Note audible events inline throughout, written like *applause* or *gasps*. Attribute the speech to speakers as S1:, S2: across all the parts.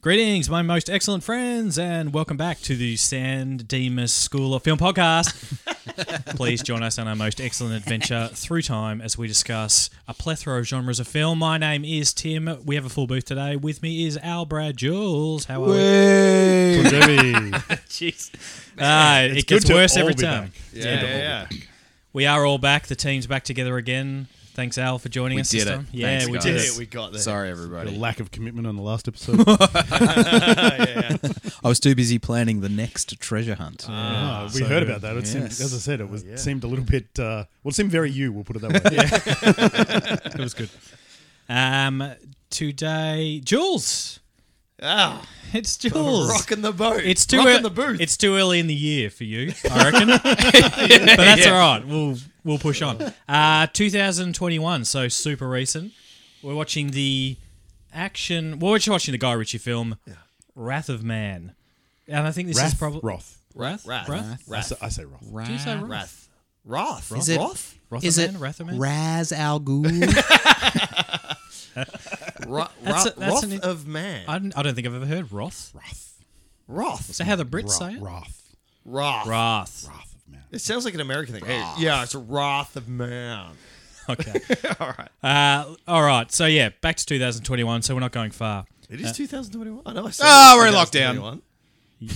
S1: Greetings, my most excellent friends, and welcome back to the San Dimas School of Film podcast. Please join us on our most excellent adventure through time as we discuss a plethora of genres of film. My name is Tim. We have a full booth today. With me is Al Brad Jules. How are we?
S2: *laughs*
S1: Jeez. Ah, it
S2: good
S1: gets
S2: to
S1: worse
S2: all
S1: every
S2: be
S1: time.
S2: back.
S3: Yeah, yeah, yeah.
S1: We are all back. The team's back together again. Thanks, Al, for joining us
S3: did
S1: this
S3: it.
S1: time. Yeah,
S3: Thanks,
S1: we
S3: guys.
S1: did
S3: Yeah,
S1: it.
S3: we got there. Sorry,
S2: The
S3: everybody.
S2: lack of commitment on the last episode. Ah,
S4: I was too busy planning the next treasure hunt.
S3: Ah,
S2: we heard about that. It seemed,
S4: Yes.
S2: as I
S3: Oh,
S2: said, it was seemed a little bit. Uh, well, it seemed very you. We'll put it that way. *laughs*
S1: It was good. Um, today, Jules.
S3: Ah,
S1: It's Jules.
S3: *laughs* rocking the boat.
S1: It's too
S3: rocking
S1: early.
S3: the booth.
S1: It's too early in the year for you, I reckon. *laughs* but that's all right. We'll we'll push on. Uh, 2021, so super recent. We're watching the action. Well, we're just watching the Guy Ritchie film, Wrath of Man, and I think this
S2: Wrath,
S1: is probably
S2: Roth.
S1: Wrath.
S3: Wrath.
S1: Wrath.
S2: I
S3: Wrath.
S2: say, I say Roth.
S1: Did you say Wrath?
S3: Wrath. Wrath.
S4: Is it-
S3: Roth?
S1: Wrath
S4: Is
S1: of
S4: it
S1: Man? Wrath of Man?
S4: Raz Al Ghul?
S3: Ro-
S1: That's
S3: Ro-
S1: a- that's an-
S3: Roth of man.
S1: I don't, I don't think I've ever heard Roth. Is
S3: Roth.
S1: that how the Brits say it?
S2: Wrath.
S3: Wrath.
S1: Wrath.
S2: Wrath of man.
S3: It sounds like an American thing. Hey, yeah, it's a wrath of man.
S1: Okay. *laughs* all right. Uh, all right. So yeah, back to 2021. So we're not going far.
S3: It is 2021. I know. I said
S4: Ah,
S3: it was
S4: we're in lockdown.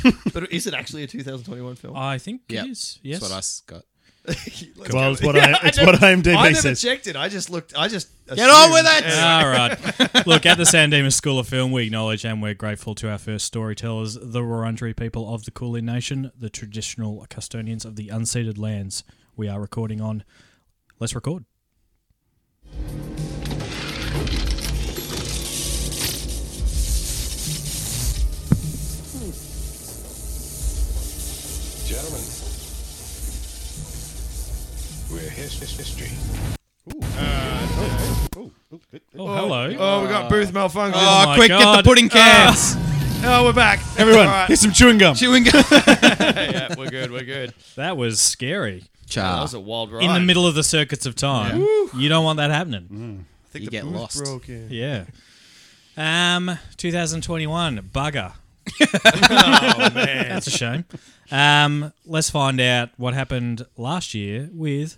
S3: 2021. but is it actually a 2021 film?
S1: I think
S4: Yep.
S1: it is. Yes.
S4: That's what I s- got.
S3: *laughs* Let's
S2: Well,
S3: go. *laughs*
S2: it's what,
S3: Yeah,
S2: I, it's
S3: never-
S2: what IMDb
S3: I never
S2: says.
S3: checked it. I just looked. I just
S4: Get on with
S3: assumed-
S4: it!
S3: Yeah.
S1: All Ah, right. Look, at the San Dimas School of Film, we acknowledge and we're grateful to our first storytellers, the Wurundjeri people of the Kulin Nation, the traditional custodians of the unceded lands we are recording on. Let's record.
S5: Gentlemen, we're his his history.
S1: Oh, hello.
S3: Oh, we got booth malfunction.
S4: Oh,
S1: my
S4: quick, get
S1: God. Ah.
S4: the pudding cans.
S3: Oh, we're back.
S2: Everyone,
S3: All right.
S2: here's some chewing gum.
S4: Chewing gum.
S3: yeah, we're good. We're good.
S1: That was scary.
S3: That
S4: Char.
S3: was a wild ride.
S1: In the middle of the circuits of time. You don't want that happening.
S3: I think
S4: You
S3: the
S4: get
S3: booth
S4: lost.
S3: Broke in.
S1: Yeah. Um, 2021 bugger. oh man, that's a shame. Um, let's find out what happened last year with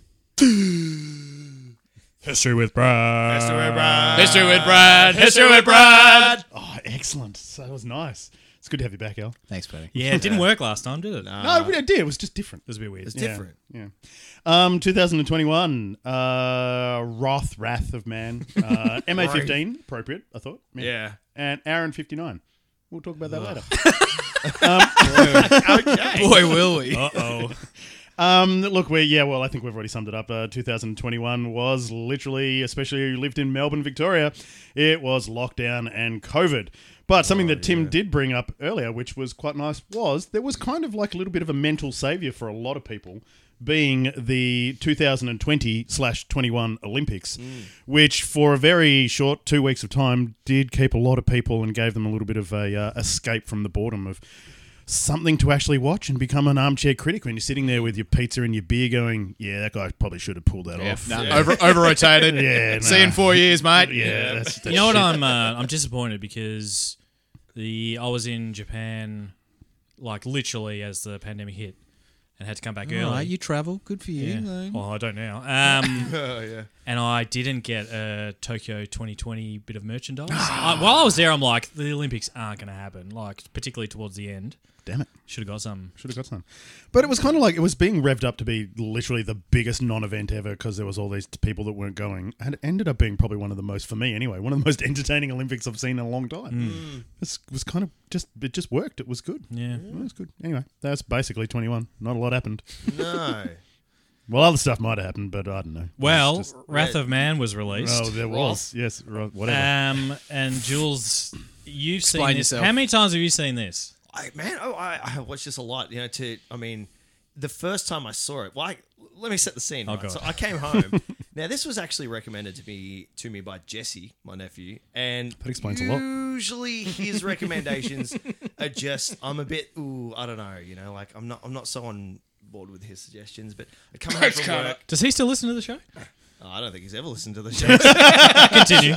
S2: History with Brad.
S4: History with Brad. History with Brad.
S2: Oh, excellent. So That was nice. It's good to have you back, Al.
S4: Thanks, buddy.
S1: yeah, it didn't work last time, did it? It
S2: no, we did. It was just different.
S1: was a bit weird.
S3: It's different.
S2: Yeah. Um, 2021. Uh, Wrath, Wrath of Man. Uh, MA15. Appropriate, I thought.
S3: Yeah.
S2: And hour and 59. We'll talk about that later.
S4: *laughs*
S3: *laughs*
S4: Boy, will we.
S1: Uh oh,
S2: Um, look, we yeah, well, I think we've already summed it up. Uh, 2021 was literally, especially if you lived in Melbourne, Victoria, it was lockdown and COVID. But something that Tim did bring up earlier, which was quite nice, was there was kind of like a little bit of a mental savior for a lot of people, being the 2020 slash 21 Olympics, which for a very short two weeks of time did keep a lot of people and gave them a little bit of a uh, escape from the boredom of something to actually watch and become an armchair critic when you're sitting there with your pizza and your beer going, yeah, that guy probably should have pulled that off.
S4: Nah, Over, over rotated.
S2: *laughs* Yeah,
S4: See you in
S2: nah.
S4: four years, mate.
S2: Yeah, that's, that's
S1: you know what? I'm uh, I'm disappointed because the I was in Japan like literally as the pandemic hit and had to come back
S4: All
S1: early.
S4: right, Oh, you travel. Good for you. Uh,
S1: yeah.
S4: though.
S1: Oh, I don't now. Um,
S3: Oh yeah. *laughs*
S1: and I didn't get a Tokyo 2020 bit of merchandise. I, while I was there, I'm like, the Olympics aren't going to happen, like particularly towards the end.
S2: Damn it.
S1: Should have got some.
S2: Should have got some. But it was kind of like it was being revved up to be literally the biggest non-event ever because there was all these people that weren't going, and it ended up being probably one of the most for me anyway, one of the *laughs* most entertaining Olympics I've seen in a long time. This was kind of just it just worked. It was good.
S1: Hmm. Yeah.
S2: It was good. Anyway, that's basically 21. Not a lot happened.
S3: No.
S2: Well, other stuff might have happened, but I don't know. It was
S1: Well,
S2: just-
S1: Wrath of Man was released.
S2: oh, there was yes, ro- whatever.
S1: um, and Jules, you've seen
S4: Explain
S1: this.
S4: yourself.
S1: How many times have you seen this?
S3: I, man, oh, I, I watched this a lot. You know, to I mean, the first time I saw it, well, I, let me set the scene. right?
S1: God.
S3: So I came home. now this was actually recommended to me to me by Jesse, my nephew, and that
S2: explains a lot.
S3: Usually his recommendations are just I'm a bit ooh I don't know you know like I'm not I'm not so on board with his suggestions, but I come home from work.
S1: Does he still listen to the show?
S3: Oh, I don't think he's ever listened to the show.
S1: Continue.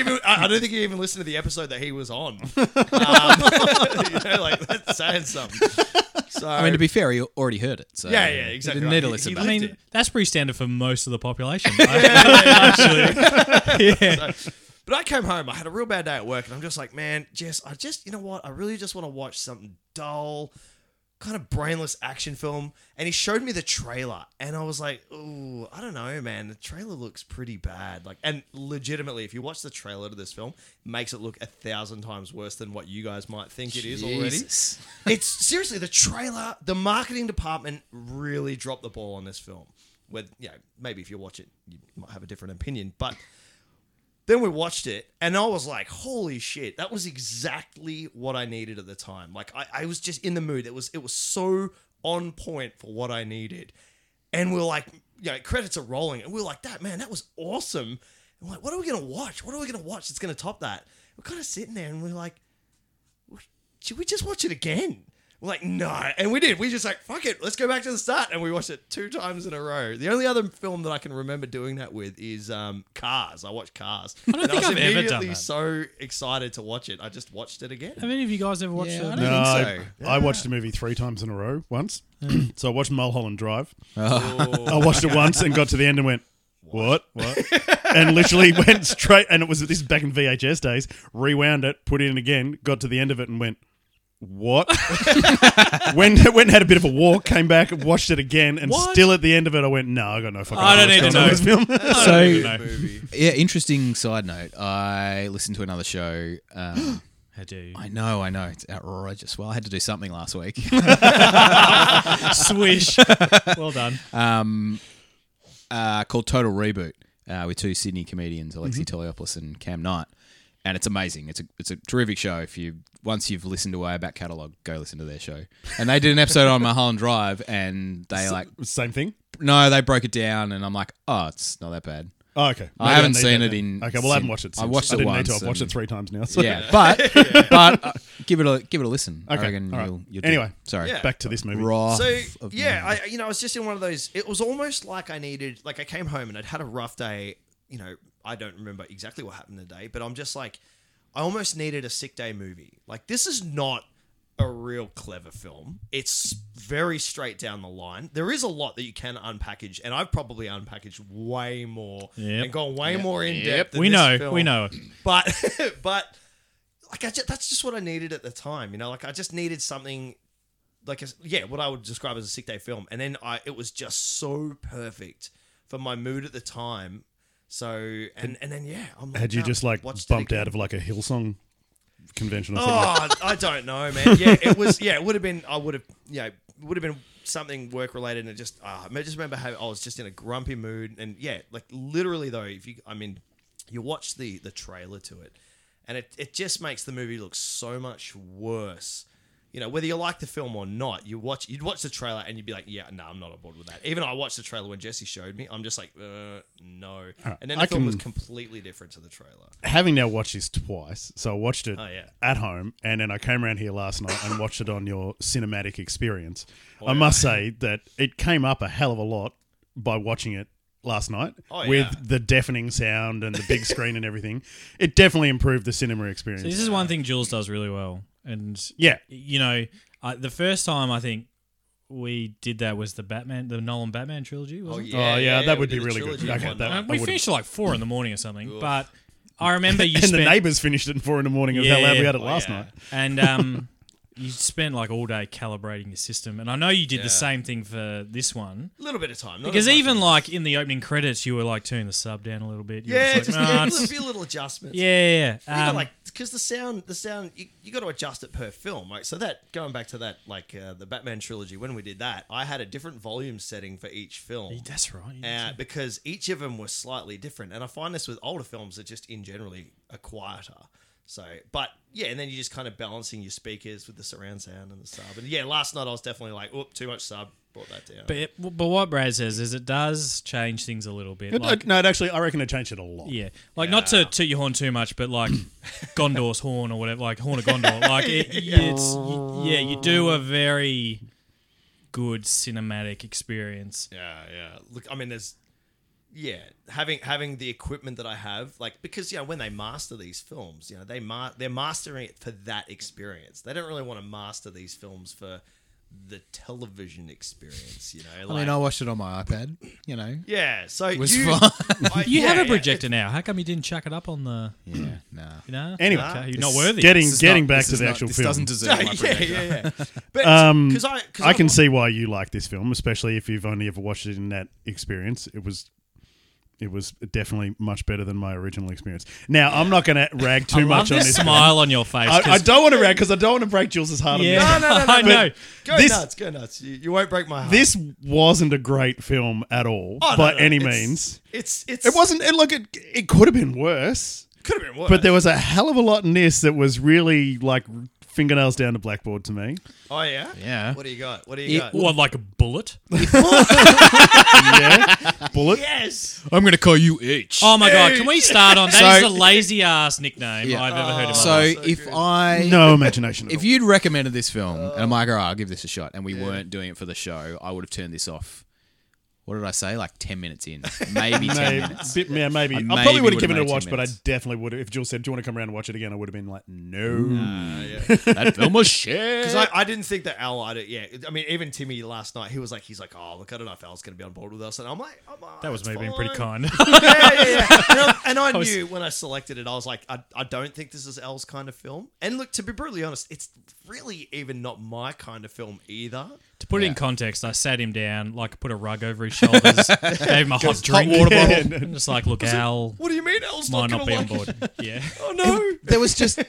S3: even, I, I don't think he even listened to the episode that he was on. Um, *laughs* you know, like that's saying something. So
S4: I mean, to be fair, he already heard it. So
S3: Yeah,
S1: uh,
S3: yeah, exactly
S4: He didn't
S3: right.
S4: need to
S3: He-
S4: listen
S3: he
S4: back.
S1: I mean,
S3: it.
S1: that's pretty standard for most of the population. Actually, yeah.
S3: But I came home, I had a real bad day at work, and I'm just like, man, Jess, I just, you know what? I really just want to watch something dull, kind of brainless action film. And he showed me the trailer, and I was like, ooh, I don't know, man. The trailer looks pretty bad. Like, and legitimately, if you watch the trailer to this film, it makes it look a thousand times worse than what you guys might think it is already.
S4: Jesus.
S3: It's seriously the trailer, the marketing department really dropped the ball on this film. With you know, maybe if you watch it, you might have a different opinion, but then we watched it and i was like holy shit that was exactly what i needed at the time like i, I was just in the mood it was it was so on point for what i needed and we are like you know credits are rolling and we are like that man that was awesome and we're like what are we gonna watch what are we gonna watch that's gonna top that we're kind of sitting there and we're like should we just watch it again? We're like, no. And we did. We just like, fuck it, let's go back to the start. And we watched it two times in a row. The only other film that I can remember doing that with is um, Cars. I watched Cars. I
S1: don't
S3: and
S1: think
S3: I was
S1: I've ever done
S3: immediately
S1: that.
S3: so excited to watch it. I just watched it again.
S1: Have any of you guys ever watched
S4: Yeah,
S1: the-
S4: I
S2: No,
S4: don't-
S2: I,
S4: think
S2: Uh, I watched the movie three times in a row once. *clears throat* so I watched Mulholland Drive.
S1: Oh.
S2: I watched it once and got to the end and went, what? What? and literally *laughs* went straight. And it was this is back in VHS days. Rewound it, put it in again, got to the end of it and went, what? *laughs* went, went and had a bit of a walk, came back, and watched it again, and
S1: What?
S2: still at the end of it, I went, no, I got no fucking.
S1: I don't
S2: idea
S1: need
S2: what's
S1: to
S2: going on
S1: know.
S2: with this
S1: *laughs*
S4: So
S2: film.
S3: Movie.
S4: yeah, interesting side note. I listened to another show. Um,
S1: How do *laughs* you?
S4: I know, I know, it's outrageous. Well, I had to do something last week. *laughs*
S1: Swish. well done.
S4: uh, called Total Reboot uh, with two Sydney comedians, Alexi Toliopoulos and Cam Knight. And it's amazing. It's a it's a terrific show. If you once you've listened to our back catalogue, go listen to their show. And they did an episode on Mulholland Drive, and they like
S2: Same thing.
S4: no, they broke it down, and I'm like, oh, it's not that bad.
S2: Oh, okay. Maybe
S4: I haven't
S2: need
S4: seen
S2: that
S4: it
S2: then.
S4: in-
S2: Okay, well, I haven't watched it.
S4: I
S2: Since. I
S4: watched
S2: watched it. I
S4: it
S2: didn't
S4: once
S2: need to. I've watched it
S4: and-
S2: three times now. So.
S4: Yeah, but but uh, give it a give it a listen. I
S2: Okay,
S4: reckon
S2: all right.
S4: you'll, you'll do
S2: Anyway.
S4: it. sorry,
S3: Yeah.
S2: Back to this movie.
S4: raw.
S3: So
S4: of
S3: yeah,
S4: mind.
S3: I you know, I was just in one of those. It was almost like I needed, like I came home and I'd had a rough day. You know, I don't remember exactly what happened today, but I'm just like, I almost needed a sick day movie. Like this is not a real clever film. It's very straight down the line. There is a lot that you can unpackage, and I've probably unpackaged way more
S1: Yep.
S3: and gone way more in depth. than
S1: We
S3: this
S1: know.
S3: film
S1: We know it.
S3: but but *laughs* like I just, that's just what I needed at the time, you know. Like I just needed something like a, yeah, what I would describe as a sick day film, and then I it was just so perfect for my mood at the time. So and and then yeah, I'm like,
S2: Had you
S3: nah,
S2: just like
S3: watched it
S2: bumped
S3: again.
S2: out of like a Hillsong convention or something?
S3: Oh, I don't know, man. Yeah, it was. Yeah, it would have been. I would have. Yeah, it would have been something work related, and it just. ah, I just remember how I was just in a grumpy mood, and yeah, like literally though, if you, I mean, you watch the the trailer to it, and it it just makes the movie look so much worse. You know, whether you like the film or not, you watch you'd watch the trailer and you'd be like, yeah, no, I'm not on board with that. Even I watched the trailer when Jesse showed me, I'm just like, uh, no. And then the
S2: I
S3: film was
S2: can-
S3: completely different to the trailer.
S2: Having now watched this twice, so I watched it
S3: Oh, yeah.
S2: at home, and then I came around here last night and watched it on your cinematic experience. I must say that it came up a hell of a lot by watching it last night
S3: Oh,
S2: with
S3: yeah.
S2: the deafening sound and the big screen and everything. It definitely improved the cinema experience.
S1: So this is one thing Jules does really well, and
S2: yeah,
S1: you know, I, the first time I think we did that was the Batman, the Nolan Batman trilogy.
S3: Oh,
S1: Wasn't it?
S2: Oh, yeah, that would
S3: we
S2: be
S3: did a
S2: really good.
S3: trilogy of
S2: Okay,
S3: one
S2: that-
S3: night.
S1: Uh, we
S2: would've-
S1: finished at like four in the morning or something, but I remember
S2: *laughs*
S1: you
S2: and
S1: spent
S2: the neighbours finished it at four in the morning. It was how
S1: Yeah,
S2: loud we
S1: yeah.
S2: had it
S1: Oh,
S2: last
S3: yeah.
S2: night.
S1: and um, *laughs* you spent like all day calibrating your system. And I know you did
S3: Yeah.
S1: the same thing for this one.
S3: A little bit of time. not
S1: Because
S3: as much
S1: even
S3: as-
S1: like in the opening credits, you were like turning the sub down a little bit. You were
S3: Yeah,
S1: just
S3: just
S1: like, "Nah,
S3: a
S1: it's-
S3: little, *laughs* few little adjustments.
S1: yeah,
S3: You gotta,
S1: yeah. Um,
S3: like because the sound, the sound, you, you got to adjust it per film, right? So that going back to that, like uh, the Batman trilogy, when we did that, I had a different volume setting for each film.
S1: that's right.
S3: Uh, because each of them were slightly different, and I find this with older films that just in generally are quieter. So, but yeah, and then you're just kind of balancing your speakers with the surround sound and the sub. And yeah, last night I was definitely like, "Oop, too much sub." Brought that down.
S1: but, it, but what Brad says is it does change things a little bit.
S2: It-
S1: like,
S2: no, it actually, I reckon it changed it a lot.
S1: Yeah, like not to toot your horn too much, but
S2: *coughs*
S1: like Gondor's horn or whatever, like horn of
S2: *laughs*
S1: Gondor. Like it, it's y- yeah, you do a very good cinematic experience.
S3: Yeah, yeah. Look, I mean, there's yeah, having having the equipment that I have, like because you know when they master these films, you know they ma- they're mastering it for that experience. They don't really want to master these films for the television experience. You know,
S4: I
S3: like,
S4: mean, I watched it on my iPad. You know.
S3: yeah. So
S4: was
S3: you, *laughs*
S4: fun.
S3: I-
S1: You
S3: yeah,
S1: have a
S3: yeah.
S1: projector now. How come you didn't chuck it up on the?
S4: Yeah. Nah.
S1: You know.
S2: Anyway,
S1: Okay, you're
S4: This-
S1: not worthy.
S2: Getting
S4: This is
S2: getting
S4: not- this
S2: back to
S4: is
S2: the
S4: not-
S2: actual
S4: this
S2: film.
S4: doesn't deserve
S3: No,
S4: my
S3: *laughs* *laughs* yeah,
S4: projector.
S3: yeah, yeah. But
S2: Um,
S3: because I, cause
S2: I
S3: I'm
S2: can
S3: not-
S2: see why you like this film, especially if you've only ever watched it in that experience. It was. It was definitely much better than my original experience. Now I'm not going to rag too
S1: I love
S2: much on
S1: the
S2: this.
S1: smile on your face.
S2: I, I
S1: 'cause-
S2: don't want to rag because I don't want to break Jules' heart. on this.
S1: yeah,
S3: No, no, no, no,
S1: *laughs* I
S3: no.
S1: know.
S3: go
S2: this-
S3: nuts, go nuts. You, you won't break my heart.
S2: This wasn't a great film at all
S3: Oh, no,
S2: by
S3: no,
S2: any
S3: it's-
S2: means.
S3: it's it's
S2: It wasn't. It, look, it it could have been worse.
S3: could have been worse.
S2: But there was a hell of a lot in this that was really like fingernails down to blackboard to me.
S3: oh yeah,
S4: Yeah.
S3: What do you got? What do you got?
S1: What, like a bullet?
S2: Bullet.
S3: Yes.
S4: I'm gonna call you H.
S1: Oh my god! Can we start on that? Is
S4: So-
S1: the lazy ass nickname
S4: Yeah.
S1: I've ever heard in my
S4: so
S1: life.
S4: if I
S2: No imagination. At
S4: If
S2: all.
S4: you'd recommended this film, and I'm like, all right, I'll give this a shot, and we weren't doing it for the show, I would have turned this off. What did I say? Like 10 minutes in. Maybe 10 *laughs*
S2: Maybe,
S4: minutes.
S2: bit, yeah, maybe. I,
S4: I maybe
S2: probably would have
S4: would've
S2: given it a
S4: made two
S2: watch, but I
S4: minutes.
S2: definitely would have. If Jules said, "Do you want to come around and watch it again?" I would have been like, "No."
S4: That film was shit.
S3: Because I, I didn't think that Al, I did, yeah. I mean, even Timmy last night, he was like, he's like, oh, look, I don't know if Al's going to be on board with us. And I'm like, I'm like
S1: that was
S3: "It's
S1: me being
S3: fine."
S1: pretty kind. *laughs*
S3: yeah, yeah, yeah. And I, and I,
S1: was-
S3: knew when I selected it, I was like, I, I don't think this is Al's kind of film. And look, to be brutally honest, it's really even not my kind of film either.
S1: to put it in context, I sat him down, like put a rug over his shoulders, gave him a hot drink,
S2: water bottle.
S1: and just like, look, Al
S3: What do you mean Al's
S1: might
S3: not
S1: not
S3: going
S1: be
S3: to
S1: on
S3: like it? *laughs*
S1: board. Yeah.
S3: Oh, no.
S4: There was just.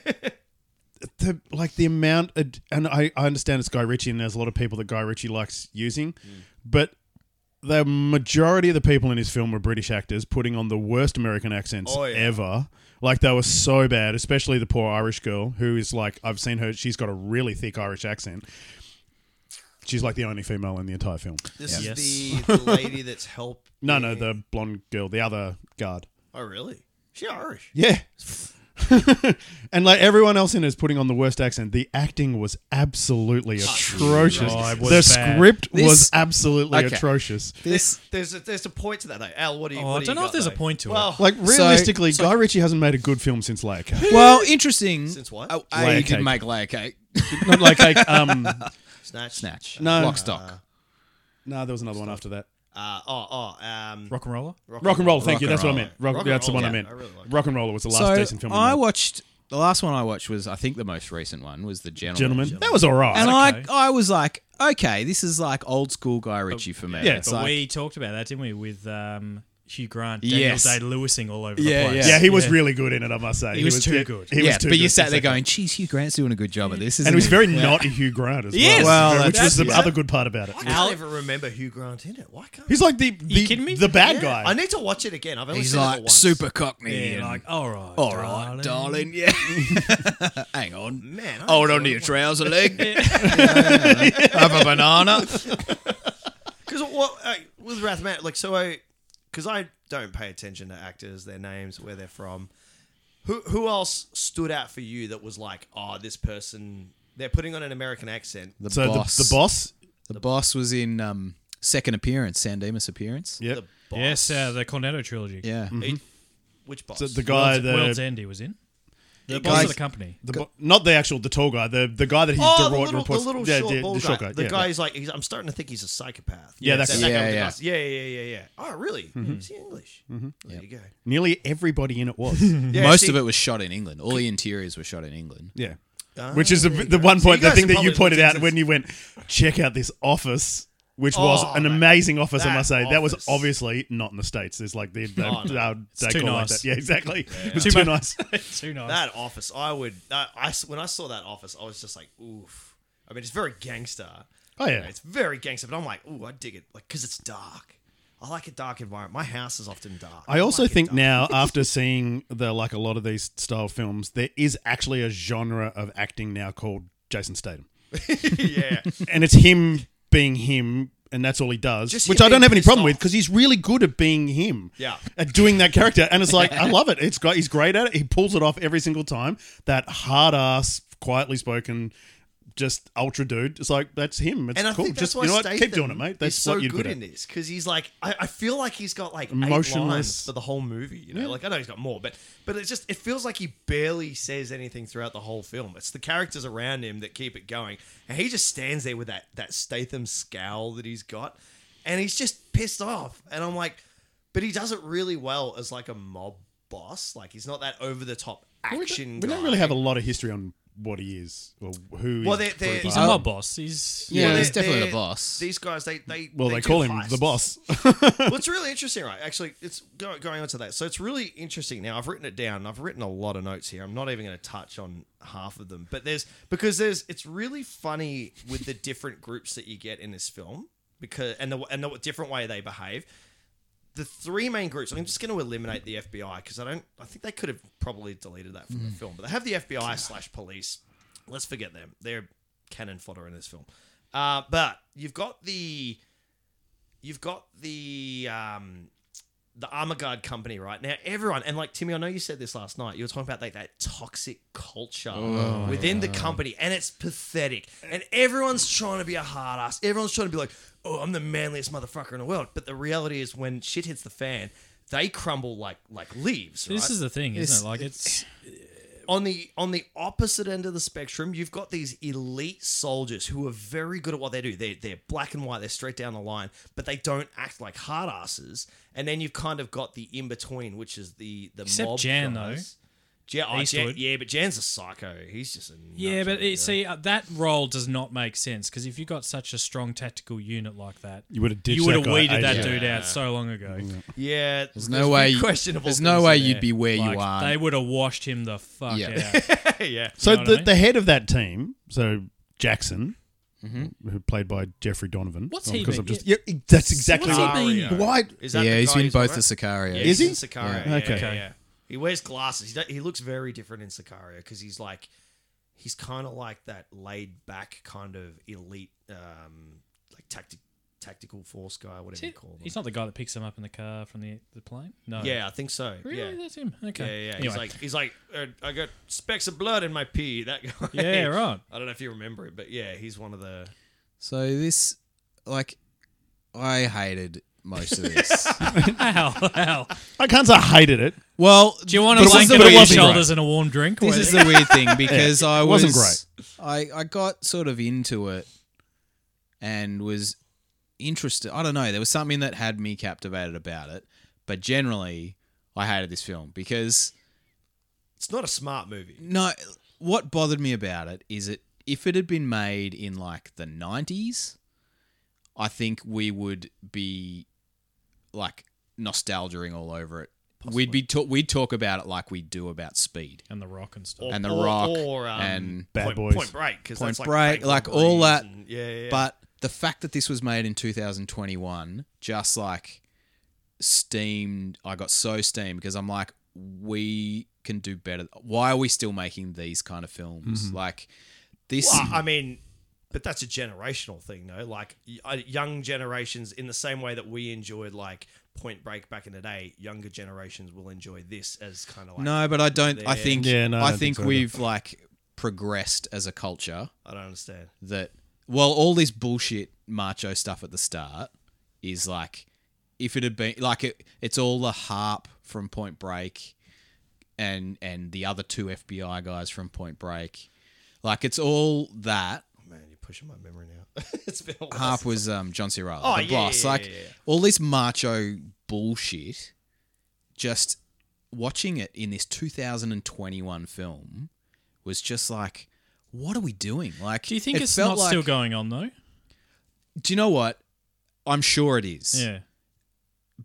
S2: the like the amount of, and I, I understand it's Guy Ritchie and there's a lot of people that Guy Ritchie likes using,
S3: Mm.
S2: but the majority of the people in his film were British actors putting on the worst American accents
S3: Oh, yeah.
S2: ever. Like they were so bad, especially the poor Irish girl who is like I've seen her. She's got a really thick Irish accent. She's like the only female in the entire film.
S3: This
S1: Yeah.
S3: is the, the lady that's helped.
S1: *laughs*
S2: No, no, the blonde girl, the other guard.
S3: Oh, really? She Irish.
S2: Yeah. *laughs* and like everyone else in it is putting on the worst accent. The acting was absolutely atrocious.
S1: Oh, it was
S2: the
S1: bad.
S2: script
S4: This-
S2: was absolutely
S4: Okay.
S2: atrocious.
S4: This.
S3: There's a, there's a point to that, though. Al, what do you
S1: Oh,
S3: what
S1: I
S3: do
S1: don't
S3: you
S1: know if
S3: got,
S1: there's a
S3: though?
S1: point to it.
S3: well,
S2: Like realistically,
S4: so-
S2: Guy Ritchie hasn't made a good film since Layer Cake.
S4: Well, interesting.
S3: Since what?
S4: Oh,
S2: Layer
S4: A, you
S2: Cake.
S4: did make Layer Cake.
S2: *laughs* Not Layer Cake. *laughs* Um,
S3: Snatch. *laughs*
S4: Snatch.
S2: No.
S4: Lock stock.
S2: no, there was another one after that.
S3: Uh, oh, oh. Um,
S1: Rock and roller?
S2: Rock and Roll. Thank
S4: Rock
S2: you.
S4: and
S2: That's what I
S4: Roll.
S2: meant. Rock,
S3: Rock and
S2: that's the
S3: Roll,
S2: one I
S3: yeah,
S2: meant.
S3: I really like
S2: Rock and Roll was the last
S4: so
S2: decent film.
S4: I
S2: I watched
S4: watched. The last one I watched was, I think, the most recent one was The Gentleman.
S2: Gentlemen. That was all right.
S4: And
S1: okay.
S4: I, I was like, okay, this is like old school Guy Ritchie for me.
S2: Oh, yeah,
S4: It's
S1: But
S4: like-
S1: we talked about that, didn't we, with um, Hugh Grant, Daniel
S4: Yes.
S1: Day Lewising all over
S4: Yeah,
S1: the place.
S2: yeah, he was really good in it. I must say, he,
S1: was too
S2: yeah,
S1: good.
S2: He was
S4: yeah,
S2: too
S4: but you
S2: good
S4: sat
S2: for
S4: there
S2: second.
S4: going, "Geez, Hugh Grant's doing a good job at this." Isn't
S2: and it was
S4: he?"
S2: very
S4: Yeah.
S2: not a Hugh Grant as
S1: Yes.
S2: well,
S4: Well,
S2: which
S1: that's-
S2: was the
S1: yeah.
S2: other good part about it.
S3: I can't even remember Hugh Grant in it. Why can't
S2: He's like the, the
S1: kidding me?
S2: the bad
S3: Yeah,
S2: guy.
S3: I need to watch it again. I've only
S4: He's
S3: seen
S4: like
S3: it once.
S4: super cockney.
S1: Yeah,
S4: and,
S1: like, all right.
S4: all right, darling. Yeah. *laughs* Hang on.
S2: Oh,
S3: man. I
S4: Hold on
S3: enjoyed
S4: to your
S3: it.
S4: trouser leg. *laughs* Have a banana.
S3: Because what uh, with Rathmat, like so, I because I don't pay attention to actors, their names, where they're from. Who who else stood out for you that was like, oh, this person they're putting on an American accent.
S4: The
S2: so
S4: boss.
S2: The, the boss.
S4: The boss was in um, second appearance, San Dimas appearance.
S2: Yep.
S3: The boss.
S1: Yes, uh, the Cornetto trilogy.
S4: Yeah.
S3: He- which boss?
S2: So the guy
S1: World's,
S2: that
S1: World's End he was in. The boss
S4: guys-
S1: of the company.
S2: the bo- not the actual the tall guy, the the guy that he
S3: Oh, the
S2: derog-
S3: little, the
S2: reports.
S3: little
S2: yeah,
S3: short
S2: the,
S3: bald
S2: the short
S3: guy.
S2: guy.
S3: The
S2: yeah.
S3: guy's like, he's, I'm starting to think he's a psychopath.
S2: Yeah, Mm-hmm. that's-
S3: that guy
S4: Yeah,
S3: with the
S4: yeah.
S3: glasses. yeah, yeah, yeah, yeah. Oh, really? Is he English? There you go.
S2: Nearly everybody in it was.
S3: *laughs* Yeah,
S4: Most
S3: see-
S4: of it was shot in England. All the interiors were shot in England.
S2: yeah. Which is the, the one
S3: So
S2: point,
S3: Ah,
S2: the
S3: you guys
S2: thing
S3: have
S2: that you
S3: probably
S2: pointed
S3: looked
S2: out
S3: into
S2: when you went, check out this office, which was
S3: Oh,
S2: an
S3: mate.
S2: amazing office, I
S3: That
S2: must say. That was
S3: office.
S2: obviously not in the States. There's like the, the
S3: Oh, no.
S2: uh, they
S1: too
S2: call it
S1: nice.
S2: that. Yeah, exactly. It was
S1: Too
S2: *laughs* too,
S1: much-
S2: nice.
S1: Too nice.
S3: That office, I would. That, I s- when I saw that office, I was just like, oof. I mean, it's very gangster.
S2: Oh, yeah.
S3: You know, it's very gangster. But I'm like, ooh, I dig it, like because it's dark. I like a dark environment. My house is often dark.
S2: I also
S3: like it
S2: think
S3: dark. *laughs*
S2: now, after seeing the like a lot of these style films, there is actually a genre of acting now called Jason Statham,
S3: yeah,
S2: and it's him being him, and that's all he does,
S3: Just
S2: which
S3: him
S2: I don't
S3: being
S2: have any
S3: pissed
S2: problem with
S3: off.
S2: because he's really good at being him,
S3: Yeah.
S2: at doing that character, and it's
S3: *laughs*
S2: like I love it. It's great. He's great at it. He pulls it off every single time. That hard ass, quietly spoken. just ultra dude. It's like that's him. It's
S3: And I
S2: cool.
S3: think that's
S2: just
S3: why
S2: you know what?
S3: Statham
S2: Keep doing it, mate. That's
S3: is so
S2: what you're
S3: good
S2: good at.
S3: in this because he's like, I, I feel like he's got like eight
S2: Emotionless.
S3: lines for the whole movie. You know, like I know he's got more, but but it just it feels like he barely says anything throughout the whole film. It's the characters around him that keep it going, and he just stands there with that that Statham scowl that he's got, and he's just pissed off. And I'm like, but he does it really well as like a mob boss. Like he's not that over the top
S2: We
S3: action.
S2: don't, we don't
S3: guy.
S2: really have a lot of history on what he is or who.
S3: Well,
S2: he
S3: they're- they're-
S1: He's
S2: is.
S1: a mob boss. He's
S4: Yeah,
S3: Well,
S4: he's
S3: they're-
S4: definitely
S3: they're-
S4: the boss.
S3: These guys, they they
S2: well, they,
S3: do
S2: call him the
S3: heists.
S2: boss. *laughs*
S3: well, it's really interesting, right? Actually, it's go- going on to that. So it's really interesting. Now I've written it down. I've written a lot of notes here. I'm not even going to touch on half of them, but there's because there's it's really funny with the different groups that you get in this film because and the and the different way they behave. The three main groups. I'm just going to eliminate the FBI because I don't. I think they could have probably deleted that from the film, but they have the FBI slash police. Let's forget them. They're cannon fodder in this film. Uh, but you've got the you've got the um the armor guard company right now everyone and like timmy i know you said this last night you were talking about like that toxic culture within the company and it's pathetic and everyone's trying to be a hard ass everyone's trying to be like oh i'm the manliest motherfucker in the world but the reality is when shit hits the fan they crumble like like leaves
S1: This
S3: right?
S1: is the thing, isn't
S4: It's-
S1: it? Like it's
S3: on the on the opposite end of the spectrum, you've got these elite soldiers who are very good at what they do. They're, they're black and white, they're straight down the line, but they don't act like hard asses. And then you've kind of got the in between, which is the the
S1: Except
S3: mob
S1: Jan,
S3: guys. Ja- oh, Jan-
S1: Eastwood.
S3: yeah, but Jan's a psycho. He's just a nut
S1: yeah, but
S3: job, you know?
S1: it, see uh, that role does not make sense because if you got such a strong tactical unit like that,
S2: You would've ditched
S1: you would have
S2: that guy
S1: weeded that
S2: ages
S1: dude out so long ago.
S3: yeah,
S4: There's no way.
S3: questionable.
S4: There's no
S3: things
S4: way
S3: in
S4: you'd be where
S1: Like,
S4: you are.
S1: They would have washed him the fuck
S4: *laughs* Yeah.
S1: out.
S3: there. *laughs* yeah.
S2: so
S1: You know what
S2: the,
S1: I mean?
S2: the head of that team, so Jackson,
S3: Mm-hmm.
S2: who played by Jeffrey Donovan.
S1: What's
S2: Oh,
S1: he
S2: because
S1: been-
S2: I'm just, yeah, that's exactly
S1: What's he
S2: what-
S1: been-
S2: why.
S3: Is
S4: yeah,
S3: the
S4: he's
S3: guy
S4: in
S3: who's
S4: both
S3: on
S4: the
S3: it?
S4: Sicario.
S3: Yeah,
S2: Is
S3: he's
S2: he?
S3: in Sicario.
S2: Yeah.
S3: Yeah,
S2: Okay.
S3: yeah, yeah. He wears glasses. He, don't- he looks very different in Sicario because he's like, he's kind of like that laid back kind of elite, um, like tactic, tactical force guy, whatever you call him.
S1: He's not the guy that picks him up in the car from the, the plane. No.
S3: yeah, I think so.
S1: Really?
S3: Yeah.
S1: That's him.
S3: Yeah,
S1: Okay.
S3: yeah. yeah.
S1: Anyway.
S3: He's like, he's like, "Uh, I got specks of blood in my pee. That guy.
S1: *laughs*
S3: *laughs*
S1: Yeah, right.
S3: I don't know if you remember it, but yeah, he's one of the.
S4: So this, like, I hated most of this.
S1: *laughs* Ow, ow.
S2: I can't say I hated it.
S4: well,
S1: Do you want
S4: but
S1: a
S4: it wasn't-
S1: blanket
S4: but it
S1: on your
S4: wasn't great.
S1: shoulders and a warm drink?
S4: This is the weird thing because I
S2: it
S4: was
S2: wasn't
S4: I I got sort of into it and was interested. I don't know. There was something that had me captivated about it, but generally, I hated this film because
S3: It's not a smart movie.
S4: no. What bothered me about it is it if it had been made in like the nineties, I think we would be like nostalgiaing all over it. We'd be ta- we'd talk about it like we do about Speed
S1: and the rock and stuff.
S3: Or-
S4: and The
S3: or-
S4: Rock
S3: or, um,
S4: and
S2: Bad
S3: Point,
S2: Boys.
S3: Point Break. 'cause
S4: Point
S3: that's like
S4: Break,
S3: Break
S4: like all
S3: Breeze
S4: that.
S3: and- yeah, yeah, yeah.
S4: But the fact that this was made in 2021, just like steamed, I got so steamed because I'm like, we can do better. Why are we still making these kind of films?
S3: Mm-hmm.
S4: Like this.
S3: Well, I mean, but that's a generational thing, though. Like y- uh, young generations, in the same way that we enjoyed like Point Break back in the day, younger generations will enjoy this as kind of like
S4: no, but I don't. I
S3: there.
S4: think.
S2: Yeah, no, I
S4: I,
S2: don't
S4: think
S2: think so either.
S4: we've like progressed as a culture
S3: I don't understand.
S4: that. Well, all this bullshit macho stuff at the start is like, if it had been like it, it's all the harp from Point Break. and and the other two FBI guys from Point Break. Like it's all that.
S3: Oh, man, you're pushing my memory now. *laughs* it's been a while.
S4: Harp was um, John Cirella,
S3: Oh,
S4: the
S3: yeah,
S4: boss.
S3: yeah,
S4: like
S3: yeah, yeah.
S4: all this macho bullshit. Just watching it in this 2021 film was just like, what are we doing? Like,
S1: Do you think
S4: it
S1: it's
S4: felt
S1: not
S4: like-
S1: still going on though?
S4: Do you know what? I'm sure it is.
S1: Yeah.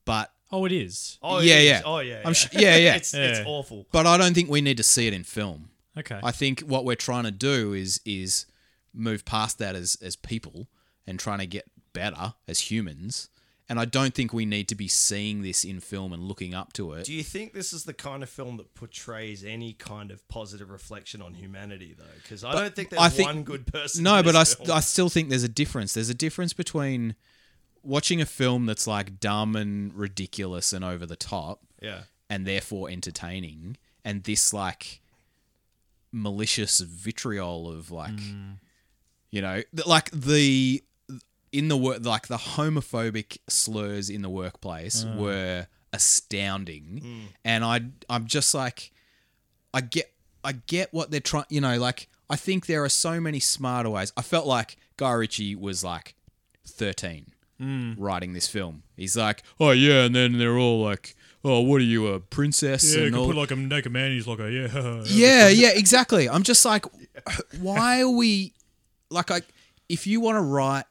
S4: But
S1: Oh, it is.
S3: Oh
S4: Yeah,
S3: it is.
S4: yeah.
S3: Oh yeah.
S4: I'm sh- yeah, yeah.
S3: *laughs* it's,
S1: Yeah.
S3: it's awful.
S4: but I don't think we need to see it in film.
S1: Okay.
S4: I think what we're trying to do is is move past that as as people and trying to get better as humans. And I don't think we need to be seeing this in film and looking up to it.
S3: Do you think this is the kind of film that portrays any kind of positive reflection on humanity, though? Because I don't think there's
S4: I think-
S3: one good person.
S4: no,
S3: in
S4: but I,
S3: this
S4: st-
S3: film.
S4: I still think there's a difference. There's a difference between watching a film that's like dumb and ridiculous and over the top
S3: yeah.
S4: and therefore entertaining and this like malicious vitriol of like You know, th- like the in the work, like the homophobic slurs in the workplace were astounding, and I I'm just like, I get I get what they're trying. You know, like I think there are so many smarter ways. I felt like Guy Ritchie was like 13 writing this film. He's like, oh yeah, and then they're all like, oh, what are you a princess? and all-
S1: like a naked man. He's like, a, yeah, *laughs*
S3: *laughs*
S4: yeah, yeah, exactly. I'm just like, why are we like? I if you want to write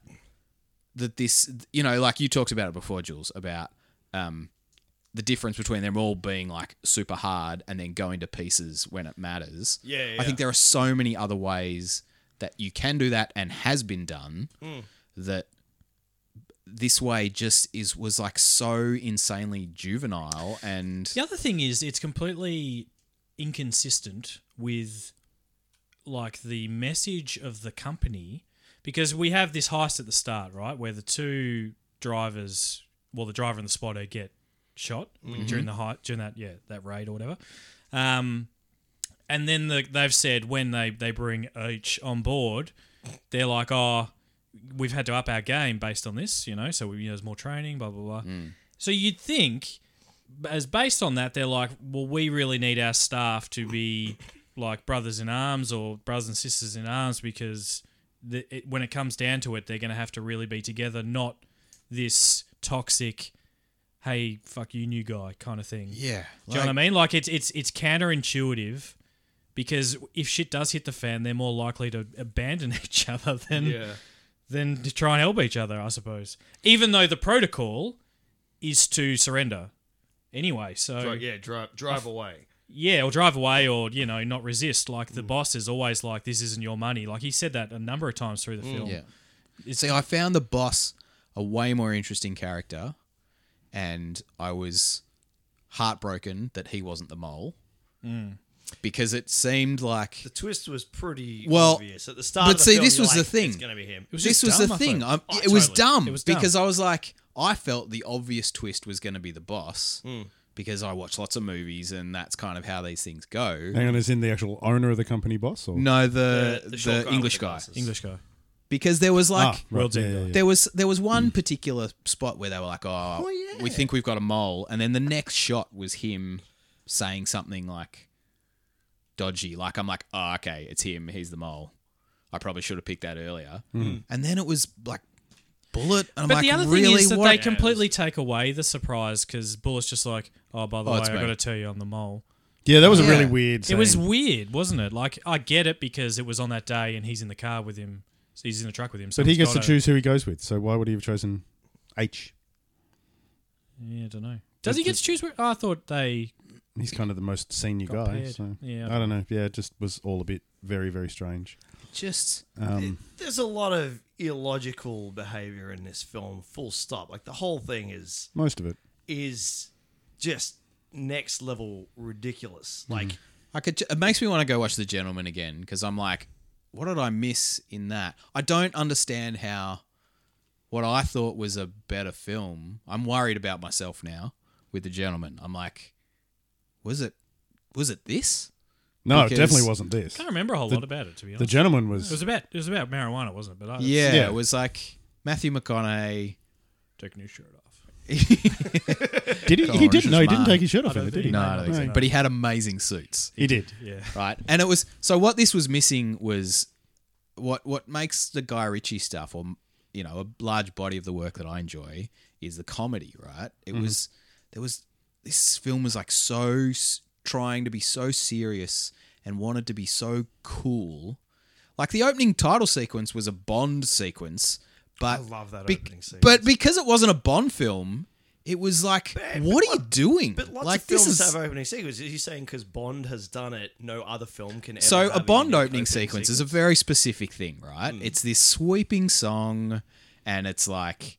S4: that this, you know, like you talked about it before, Jules, about um the difference between them all being like super hard and then going to pieces when it matters.
S3: Yeah, yeah.
S4: I think there are so many other ways that you can do that and has been done
S3: Mm.
S4: that this way just is was like so insanely juvenile and
S1: The other thing is, it's completely inconsistent with like the message of the company because we have this heist at the start, right, where the two drivers, well, the driver and the spotter get shot during the hi- during that yeah that raid or whatever. Um, and then the, they've said when they they bring each on board, they're like, oh, we've had to up our game based on this, you know. So we, you know, there's more training, blah blah blah. So you'd think, as based on that, they're like, well, we really need our staff to be like brothers in arms or brothers and sisters in arms because the, it, when it comes down to it, they're going to have to really be together, not this toxic, hey, fuck you, new guy kind of thing.
S4: yeah,
S1: Do you know what I mean? Like it's it's it's counterintuitive because if shit does hit the fan, they're more likely to abandon *laughs* each other than than to try and help each other, I suppose. Even though the protocol is to surrender anyway. So
S3: Dri- yeah, drive, drive away.
S1: yeah, or drive away, or you know, not resist. Like
S2: Mm.
S1: the boss is always like, "This isn't your money." Like he said that a number of times through the
S2: Mm.
S1: film.
S4: Yeah. See, I found the boss a way more interesting character, and I was heartbroken that he wasn't the mole
S1: Hmm.
S4: because it seemed like
S3: The twist was pretty
S4: Well,
S3: obvious at the start.
S4: but
S3: of the
S4: see,
S3: film,
S4: this
S3: you're
S4: was the
S3: like,
S4: thing.
S3: It's going to be him.
S1: was
S4: this
S1: just
S4: was
S1: dumb,
S4: the
S1: I
S4: thing.
S1: thought.
S4: I'm,
S3: Oh,
S4: it, was
S3: totally.
S4: dumb
S1: It was dumb.
S4: because I was like, I felt the obvious twist was going to be the boss
S1: Hmm.
S4: because I watch lots of movies and that's kind of how these things go.
S2: Hang on, is in the actual owner of the company boss or
S4: No, the
S3: Uh, The- the
S4: the,
S3: short guy with
S4: English
S3: the
S4: guy
S3: glasses.
S1: English guy.
S4: because there was like
S2: Ah, right,
S1: World's
S2: yeah,
S1: End
S2: yeah,
S1: guy.
S2: yeah.
S4: There was there was one particular spot where they were like, "Oh, we think we've got a mole," and then the next shot was him saying something like dodgy, like I'm like, "Oh, okay, it's him. He's the mole. I probably should have picked that earlier." And then it was like bullet, and I'm
S1: But
S4: like,
S1: the other
S4: "Really?
S1: thing is that
S4: what?"
S1: they completely take away the surprise because Bullet's just like, oh, by the
S4: Oh,
S1: way,
S4: it's
S1: I
S4: me."
S1: got to tell you, I'm the mole.
S2: Yeah, that was a
S4: Yeah.
S2: really weird.
S1: It was
S2: scene.
S1: weird, wasn't it? Like I get it because it was on that day and he's in the car with him. So he's in the truck with him. So
S2: But he
S1: it's
S2: gets to
S1: gotta-
S2: choose who he goes with. So why would he have chosen H?
S1: Yeah, I don't know. Does he get to choose? Where? Oh, I thought they.
S2: He's kind of the most senior
S1: Got
S2: guy.
S1: paired.
S2: So
S1: Yeah,
S2: I don't know. Yeah, it just was all a bit very very strange.
S4: just
S2: Um,
S3: There's a lot of illogical behavior in this film. Full stop. Like the whole thing is
S2: most of it.
S3: is just next level
S4: Mm-hmm.
S3: ridiculous. Like
S4: I could. It makes me want to go watch The Gentleman again because I'm like, what did I miss in that? I don't understand how what I thought was a better film. I'm worried about myself now with The Gentleman. I'm like, was it was it this?
S2: No, it
S4: Because-
S2: definitely wasn't this.
S1: I can't remember a whole lot about it to be honest.
S2: The gentleman
S1: it was
S2: was.
S1: about it was about marijuana, wasn't it? But I
S4: Yeah,
S2: Yeah.
S4: it was like Matthew McConaughey.
S1: taking his shirt off.
S2: Did he? He
S4: Orange
S2: didn't. No, he
S4: is
S2: didn't
S4: mine.
S2: take his shirt
S1: I
S2: off.
S1: don't
S2: Ever, did
S1: think he
S2: he?
S4: No, I don't think so.
S1: No.
S4: but he had amazing suits.
S2: He did.
S1: Yeah,
S4: right? And it was so what this was missing was what what makes the Guy Ritchie stuff, or you know, a large body of the work that I enjoy is the comedy, right? It
S3: Mm-hmm.
S4: was there was this film was like so s- trying to be so serious and wanted to be so cool. Like the opening title sequence was a Bond sequence, but
S3: I love that
S4: bec-
S3: opening sequence.
S4: But because it wasn't a Bond film, it was like, what are you doing?
S3: But lots
S4: like
S3: of films have opening sequences. Is he saying because Bond has done it, no other film can? Ever
S4: So
S3: have
S4: a Bond
S3: unique
S4: opening, sequence, is a very specific thing, right?
S1: Hmm.
S4: It's this sweeping song, and it's like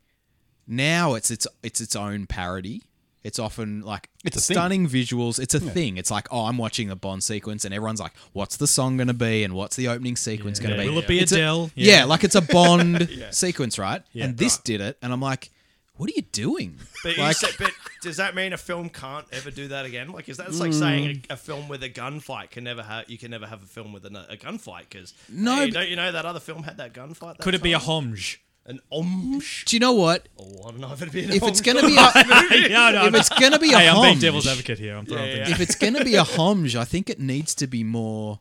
S4: now it's its it's its own parody. It's often like it's
S2: thing.
S4: stunning visuals. It's a thing. It's like oh, I'm watching a Bond sequence, and everyone's like, "What's the song going to be?" and "What's the opening sequence going to be?"
S1: Will it be
S4: It's
S1: Adele? *laughs*
S4: yeah. like it's a Bond sequence, right? and this did it, and I'm like, what are you doing?
S3: But, you
S4: Like-
S3: said, but does that mean a film can't ever do that again? Like, is that it's like
S4: Hmm.
S3: saying a, a film with a gunfight can never have? You can never have a film with an, a gunfight because
S4: No, but-
S3: don't you know that other film had that gunfight? That
S1: Could it be a
S3: time?
S1: homge?
S3: an omsh?
S4: Do you
S1: *laughs*
S4: know what?
S3: Oh, I don't know if it'd be an
S4: If it's
S3: omsh.
S4: gonna be a,
S1: no, no,
S4: if it's gonna be a
S1: Hey, I'm being
S4: homage-
S1: devil's advocate here. I'm throwing
S3: Yeah,
S1: things.
S4: if it's gonna be a homage, I think it needs to be more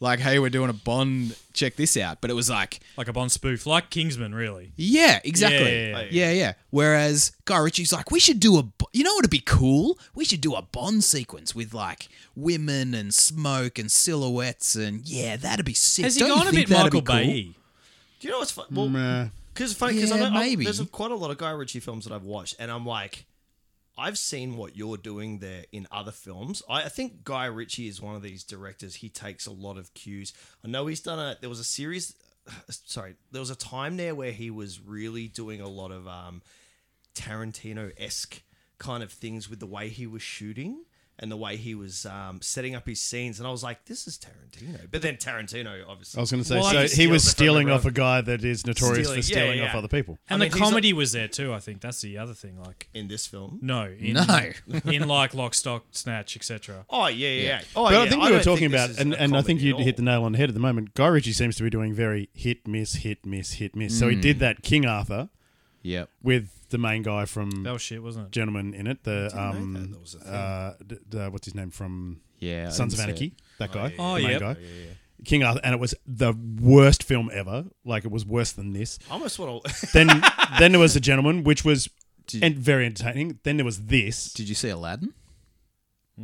S4: like, hey, we're doing a Bond. Check this out. But it was like,
S1: Like a Bond spoof, like Kingsman, really.
S4: yeah, exactly,
S1: Yeah, yeah,
S4: yeah, yeah. Whereas Guy Ritchie's like, we should do a, Bo- you know, what would be cool? We should do a Bond sequence with like women and smoke and silhouettes and yeah, that'd be sick.
S1: Has he
S4: Don't you
S1: gone a
S4: think
S1: bit
S4: that'd
S1: Michael
S4: be cool?
S1: Bay?
S3: Do you know what's fun? Well,
S2: Meh.
S3: Because funny, because
S4: Yeah,
S3: I
S4: maybe.
S3: there's quite a lot of Guy Ritchie films that I've watched, and I'm like, I've seen what you're doing there in other films. I, I think Guy Ritchie is one of these directors. He takes a lot of cues. I know he's done a. There was a series. *sighs* Sorry, there was a time there where he was really doing a lot of um, Tarantino esque kind of things with the way he was shooting. And the way he was um, setting up his scenes, and I was like, "This is Tarantino." But then Tarantino, obviously,
S2: I was going to say,
S3: Well, I
S2: so
S3: just
S2: he was
S3: steals it from
S2: stealing
S3: everyone.
S2: off a guy that is notorious
S3: Stealing,
S2: for
S3: yeah,
S2: stealing
S3: yeah.
S2: off other people.
S1: And
S3: I mean,
S1: the
S3: he's not-
S1: comedy was there too. I think that's the other thing. Like,
S3: in this film.
S1: no, in,
S4: No.
S1: *laughs* in like Lock, Stock, Snatch, etc.
S3: Oh yeah, yeah. yeah. Oh,
S2: But
S3: yeah.
S2: I think we were
S3: don't
S2: talking
S3: think this
S2: about,
S3: is
S2: and,
S3: a
S2: and I think
S3: comedy
S2: you
S3: at
S2: hit the
S3: all.
S2: nail on the head at the moment. Guy Ritchie seems to be doing very hit miss, hit miss, hit miss. So he did that King Arthur
S4: Yep.
S2: with the main guy from
S1: That was shit, wasn't it?
S2: gentleman in it. The
S3: know
S2: um,
S3: that was a thing.
S2: uh, d- d- uh, what's his name from
S4: Yeah, I
S2: Sons of
S4: didn't see
S2: Anarchy? That guy,
S1: yeah. Oh,
S2: the main
S1: yep.
S2: guy, King Arthur, and it was the worst film ever. Like it was worse than this.
S3: *laughs* I almost want to.
S4: *laughs*
S2: Then, then there was the gentleman, which was
S4: Did-
S2: and very entertaining. Then there was this.
S4: Did you see Aladdin?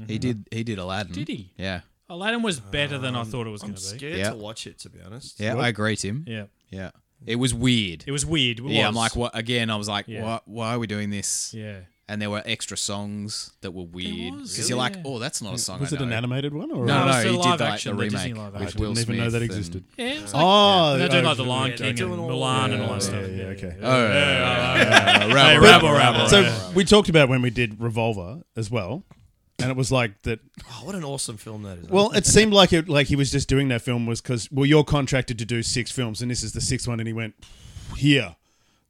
S4: He did. He did Aladdin.
S1: Mm-hmm. Did he?
S4: Yeah.
S1: Aladdin was better than
S4: Um,
S1: I thought it was going
S3: I'm
S1: to be.
S3: scared
S4: Yeah.
S3: to watch it to be honest.
S4: Yeah, I agree, Tim.
S1: Yeah,
S4: Yeah. It was weird.
S1: it was weird. It
S4: yeah, I'm
S1: was.
S4: like, what? Again, I was like,
S1: Yeah.
S4: why, why are we doing this?
S1: Yeah,
S4: And there were extra songs that were weird.
S1: was,
S4: Because you're like,
S1: yeah.
S4: oh, that's not a song.
S2: Was
S4: I
S2: it an
S4: know.
S2: animated one? Or
S1: No,
S4: No, no,
S1: it's the
S4: he did
S1: live
S4: like
S1: action,
S4: the
S1: the Disney
S4: remake
S1: live
S4: with
S1: action.
S4: Will
S2: Didn't even know
S4: Smith
S2: that
S4: and-
S2: existed.
S1: yeah. It was like,
S2: Oh,
S1: and they're doing like the
S2: oh,
S1: Lion
S3: yeah, they're
S1: King
S3: doing
S1: and
S3: all-
S1: Milan and all
S2: yeah,
S1: that stuff.
S2: yeah,
S1: Yeah,
S2: okay.
S1: yeah.
S4: Oh, yeah, yeah, yeah, yeah, yeah.
S1: Hey,
S4: rabble,
S1: rabble,
S4: rabble,
S1: rabble.
S4: So,
S2: So we talked about when we did Revolver as well, and it was like that.
S3: Oh, what an awesome film that is.
S2: Well, it seemed like it like he was just doing that film was because well you're contracted to do six films and this is the sixth one and he went here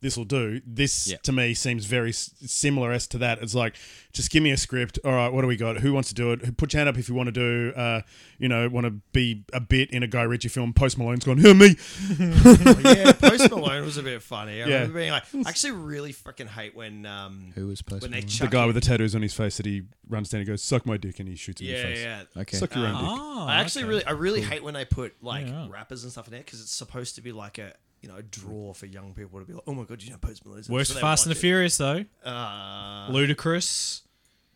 S2: this will do this
S4: Yeah.
S2: to me seems very s- similar as to that it's like just give me a script all right what do we got who wants to do it put your hand up if you want to do uh, you know want to be a bit in a Guy Ritchie film Post Malone's gone who me
S3: Oh,
S2: *laughs*
S3: yeah, Post Malone was a bit funny. I
S2: Yeah.
S3: remember being like,
S2: *laughs*
S3: I actually really fucking hate when um
S4: Who was Post
S3: when they
S4: Malone?
S2: the
S3: chuck
S2: guy with the tattoos on his face that he runs down and goes suck my dick and he shoots him in
S3: *laughs* yeah
S2: the face
S3: yeah. Uh-huh.
S4: Okay.
S2: suck your own dick
S1: Oh,
S3: I actually
S1: okay.
S3: really I really hate when they put like
S1: Yeah.
S3: rappers and stuff in there because it's supposed to be like a you know a draw for young people to be like, oh my god, you know Post Malone.
S1: worst Fast and the Furious though.
S3: Uh,
S1: Ludicrous.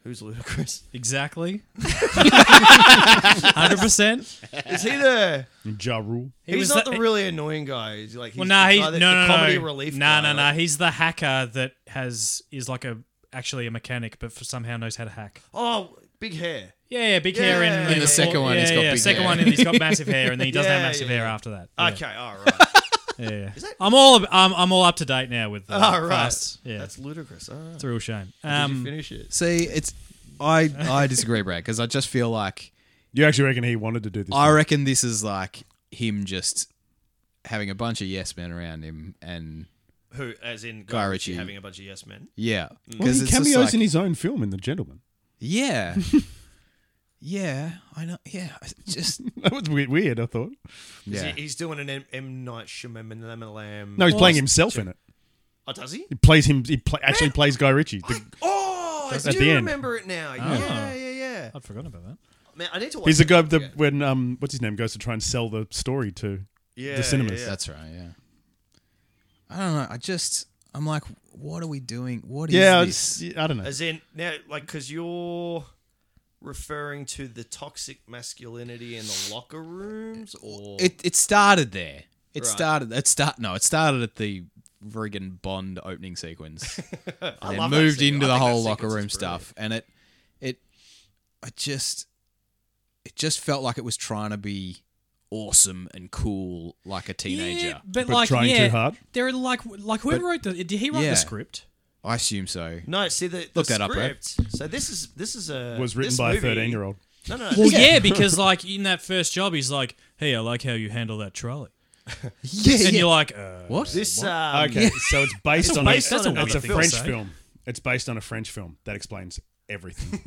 S3: who's
S1: *laughs*
S3: Ludacris? *laughs*
S1: Exactly. Hundred percent.
S3: Is he the?
S2: Ja Rule
S1: He
S3: he's
S1: was
S3: not
S1: the-
S3: the, really annoying guy. He's like, he's
S1: Well, nah,
S3: the
S1: he's no,
S3: guy that-
S1: no,
S3: the
S1: no,
S3: comedy
S1: no.
S3: relief.
S1: Nah,
S3: guy,
S1: nah,
S3: like-
S1: nah. He's the hacker that has is like a actually a mechanic, but for somehow knows how to hack.
S3: Oh, big hair.
S1: Yeah, yeah big hair in,
S3: Yeah.
S1: the,
S3: In the
S4: second one,
S1: Yeah,
S4: he's got
S1: yeah,
S4: big
S1: second
S4: hair.
S1: one, and he's got massive hair,
S3: *laughs*
S1: and then he doesn't have
S3: Yeah,
S1: massive
S3: yeah,
S1: hair
S3: yeah.
S1: after that. Yeah.
S3: Okay, all *laughs* right.
S1: Yeah, yeah.
S3: that-
S1: I'm all ab- I'm, I'm all up to date now with. Uh,
S3: All right.
S1: Fast. Yeah,
S3: That's ludicrous. Ah. All right.
S1: it's a real shame.
S3: Did you
S1: Um,
S3: finish it?
S4: See, it's I I disagree, Brad, because I just feel like
S2: you actually reckon he wanted to do this
S4: I reckon this is like him just having a bunch of yes men around him, and
S3: Who, as in
S4: Guy
S3: Guy Ritchie
S4: Ritchie.
S3: having a bunch of yes men?
S4: yeah,
S2: well,
S4: because
S2: he
S4: it's just
S2: cameos
S4: like,
S2: in his own film in The Gentleman *laughs*
S4: yeah, yeah, I know, yeah, I just
S2: *laughs* That was weird. weird I thought.
S3: Is
S4: yeah.
S3: He, he's doing an M, M Night Shyamalan.
S2: No, he's playing himself in it.
S3: Oh, does he?
S2: He plays him. He pla actually plays Guy Ritchie.
S4: *laughs*
S2: The-
S3: Oh, I
S2: At
S3: do
S2: the end.
S3: remember it
S4: Oh.
S3: now. Yeah, yeah, yeah.
S1: I'd forgotten about that.
S3: Man, I need to watch.
S2: he's the
S3: that
S2: guy that
S3: again.
S2: when um what's his name goes to try and sell the story to.
S3: yeah,
S2: cinemas.
S3: yeah, yeah.
S4: That's right. Yeah. I don't know. I just I'm like, what are we doing? What is
S2: Yeah,
S4: this?
S2: it's, I don't know.
S3: As in now, like, because you're referring to the toxic masculinity in the locker rooms, or
S4: It it started there. It
S3: Right.
S4: started. It start. No, it started at the friggin' Bond opening sequence.
S3: *laughs* I
S4: and
S3: love that
S4: moved
S3: scene.
S4: into
S3: I
S4: the
S3: think that
S4: whole
S3: sequence
S4: locker
S3: is
S4: room
S3: brilliant.
S4: stuff, and it it I just it just felt like it was trying to be awesome and cool like a teenager.
S1: Yeah, but,
S2: But
S1: like,
S2: trying too
S1: yeah,
S2: hard?
S1: They're like, like whoever wrote the did he write
S4: Yeah.
S1: the script?
S4: I assume
S3: *laughs*
S4: so.
S3: No, see the, the
S4: Look that up, Brad.
S3: script. so this is this is a
S2: was written
S3: this
S2: by a
S3: movie-
S2: thirteen-year-old.
S3: No, no,
S1: Well,
S4: *laughs*
S3: this-
S1: yeah, because like in that first job, he's like, "Hey, I like how you handle that trolley."
S4: *laughs* Yeah,
S1: and you're like, uh,
S4: what?
S3: This um,
S2: Okay, so *laughs* it's based on
S3: based
S2: a,
S3: on
S2: it's
S3: another
S2: a
S3: film,
S2: French
S1: say.
S2: film. It's based on a French film. That explains *laughs* everything.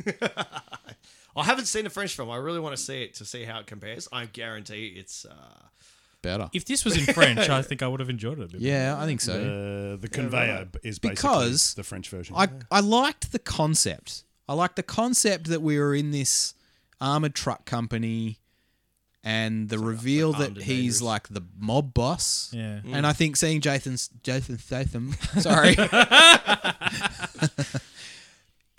S3: I haven't seen a French film. I really want to see it to see how it compares. I guarantee it's. Uh,
S4: better.
S1: if this was in French,
S4: *laughs*
S1: I think I would have enjoyed it a bit. more.
S4: yeah, I think so.
S2: Uh, the conveyor is basically
S4: Because
S2: the French version.
S4: I I liked the concept. I liked the concept that we were in this armored truck company, and the reveal
S3: armed
S4: that
S3: and
S4: he's
S3: dangerous.
S4: like the mob boss.
S1: Yeah.
S4: And I think seeing Jason's Jason
S1: *laughs*
S4: Statham, sorry,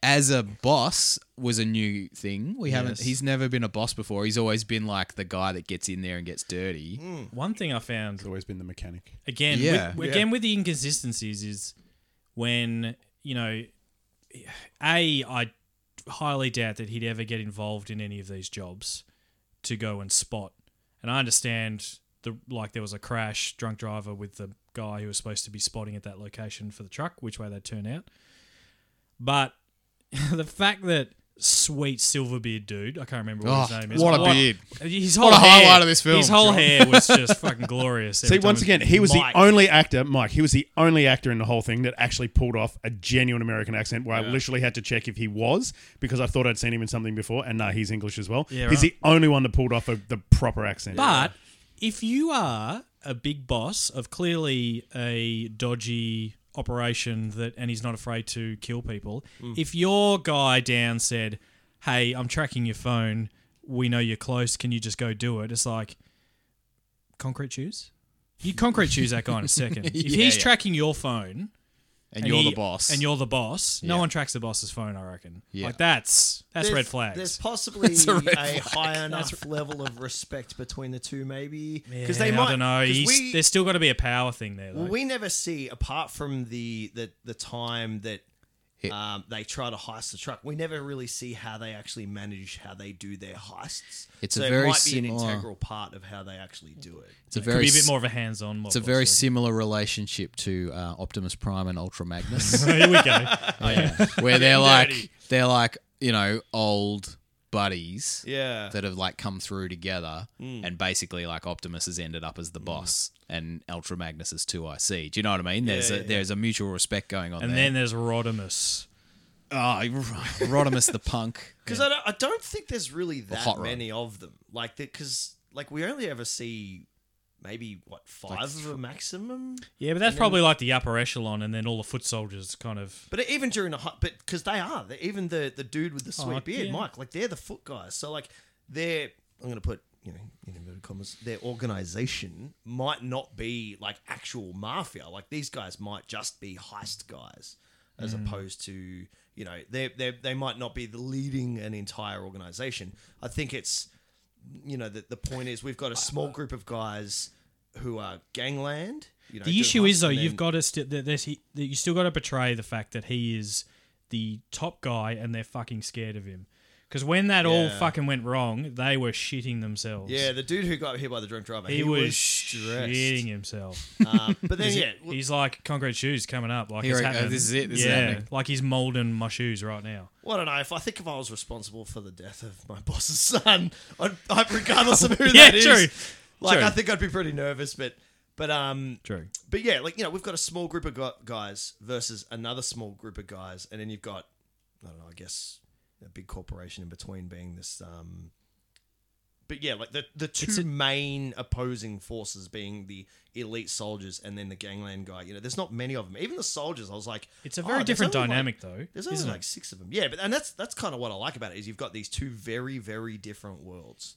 S4: as a boss was a new thing. We haven't.
S1: Yes.
S4: He's never been a boss before. He's always been like the guy that gets in there and gets dirty.
S1: Mm. One thing I found
S2: it's always been the mechanic.
S1: again,
S4: Yeah.
S1: with, again with the inconsistencies is when you know, a I highly doubt that he'd ever get involved in any of these jobs to go and spot. And I understand the like there was a crash, drunk driver with the guy who was supposed to be spotting at that location for the truck, which way they'd turn out. But *laughs* the fact that sweet silverbeard dude, I can't remember what
S4: Oh,
S1: his name is.
S4: what a beard.
S1: His whole
S4: What a
S1: hair-
S4: highlight of this film.
S1: His whole hair was just fucking glorious.
S2: See,
S1: every time
S2: once
S1: it-
S2: again, he was
S3: Mike.
S2: the only actor, Mike, he was the only actor in the whole thing that actually pulled off a genuine American accent where I literally had to check if he was because I thought I'd seen him in something before. And no, he's English as well.
S1: Yeah,
S2: he's
S1: right.
S2: the only one that pulled off a, the proper
S1: *laughs*
S2: accent.
S1: But if you are a big boss of clearly a dodgy operation that, and he's not afraid to kill people, if your guy down said, "Hey, I'm tracking your phone. We know you're close. Can you just go do it?" It's like concrete shoes. You concrete shoes that guy in a second. If
S4: Yeah,
S1: he's
S4: yeah.
S1: tracking your phone,
S4: And, you're
S1: he-
S4: the boss.
S1: and you're the boss, no
S4: Yeah.
S1: one tracks the boss's phone. I reckon.
S4: Yeah.
S1: Like that's that's
S3: there's-
S1: red
S3: There's
S1: flags. *laughs*
S3: possibly
S4: a
S3: a,
S4: red
S3: high enough level of respect between the two, maybe because
S1: Yeah,
S3: they might.
S1: I don't know.
S3: 'cause
S1: He's,
S3: we,
S1: there's still got to be a power thing there.
S3: well,
S1: though.
S3: we never see apart from the the, the time that.
S4: Hit.
S3: Um, they try to heist the truck. We never really see how they actually manage how they do their heists.
S4: It's a
S3: so
S4: very
S3: it might be
S4: similar-
S3: an integral part of how they actually do it.
S4: it's a
S1: Could
S4: very
S1: be a bit
S4: s-
S1: more of a hands-on. Mob
S4: It's a very similar relationship to uh, Optimus Prime and Ultra
S1: *laughs*
S4: Magnus.
S1: Here
S4: *laughs*
S1: we go. *laughs*
S4: where they're like
S1: Dirty.
S4: they're like you know old buddies
S3: Yeah. Hmm.
S4: that have like come through together and basically like Optimus has ended up as the boss and Ultra Magnus is 2IC. Do you know what I mean? There's a,
S3: yeah, yeah.
S4: there's a mutual respect going on
S1: And
S4: there. *laughs*
S1: then there's Rodimus.
S4: oh, Rodimus
S1: *laughs*
S4: the punk.
S3: because I, don't, I don't think there's really that
S4: hot rod.
S3: many of them. Like because like we only ever see maybe what five of a maximum.
S1: Yeah, but that's probably like the upper echelon, and then all the foot soldiers kind of.
S3: But even during the hot, but because they are they- even the the dude with the sweet
S1: Oh,
S3: beard,
S1: yeah.
S3: Mike, like they're the foot guys. So like they're I'm gonna put you know in inverted commas their organization might not be like actual mafia. Like these guys might just be heist guys. As
S1: Mm.
S3: opposed to you know they they they might not be the leading an entire organization. I think it's you know the, the point is we've got a small group of guys who are gangland. You know,
S1: The
S3: doing
S1: issue is
S3: heists
S1: though,
S3: and
S1: you've
S3: then-
S1: got to st- that there's he, that you still got to portray the fact that he is the top guy, and they're fucking scared of him. Because when that all
S3: Yeah.
S1: fucking went wrong, they were shitting themselves.
S3: Yeah, the dude who got hit by the drunk driver.
S1: he,
S3: He,
S1: was,
S3: stressed.
S1: shitting
S4: *laughs*
S1: himself.
S3: Um, but then, yeah, w-
S1: he's like concrete shoes coming up. Like
S4: Here
S1: it's
S4: we go,
S1: happening.
S4: this is it, this is
S1: yeah,
S4: happening.
S1: like he's molding my shoes right now.
S3: well, I don't know. If I think if I was responsible for the death of my *laughs* boss's son, I'd, I'd, regardless of
S1: *laughs*
S3: who
S1: Yeah,
S3: that is,
S1: true.
S3: like
S1: True.
S3: I think I'd be pretty nervous. But but um,
S1: True.
S3: but yeah, like you know, we've got a small group of gu- guys versus another small group of guys, and then you've got I don't know, I guess a big corporation in between being this. um But yeah, like the the two main opposing forces being the elite soldiers and then the gangland guy. You know, there's not many of them. Even the soldiers, I was like,
S1: It's a
S3: "Oh,
S1: very
S3: there's
S1: different
S3: only, like-
S1: dynamic though.
S3: there's only
S1: isn't
S3: like
S1: it?
S3: six of them. Yeah, but and that's that's kind of what I like about it is you've got these two very very different worlds,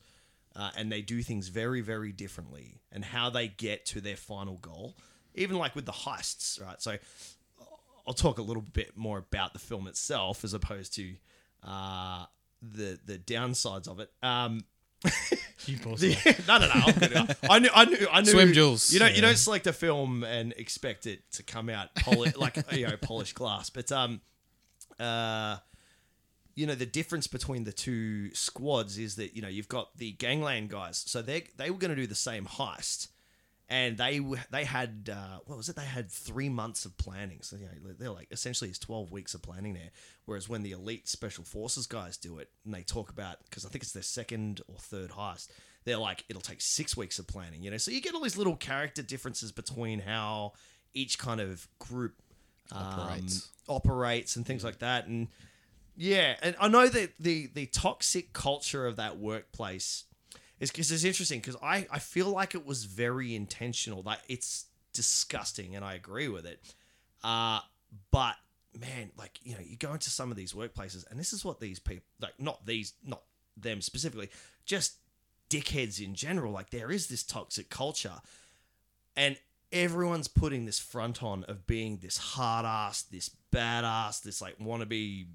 S3: uh, and they do things very very differently, and how they get to their final goal, even like with the heists, right? So I'll talk a little bit more about the film itself as opposed to uh, the the downsides of it. Um,
S1: You
S3: *laughs*
S1: boss.
S3: the- no, no, no. I'm good. I knew, I knew, I knew.
S4: Swim Jules.
S3: You don't, you don't select a film and expect it to come out poli- like you know polished glass. But um, uh, you know the difference between the two squads is that you know you've got the gangland guys, so they they were going to do the same heist, and they w- they had uh, what was it? They had three months of planning. So you know, they're like essentially it's twelve weeks of planning there. Whereas when the elite special forces guys do it, and they talk about because I think it's their second or third heist, they're like it'll take six weeks of planning you know so you get all these little character differences between how each kind of group um,
S4: Operates.
S3: operates and things like that and yeah and i know that the the toxic culture of that workplace is because it's interesting because I, I feel like it was very intentional like it's disgusting and i agree with it uh, but man, like you know, you go into some of these workplaces, and this is what these people like not these not them specifically, just dickheads in general. Like there is this toxic culture, and everyone's putting this front on of being this hard ass, this badass, this like wannabe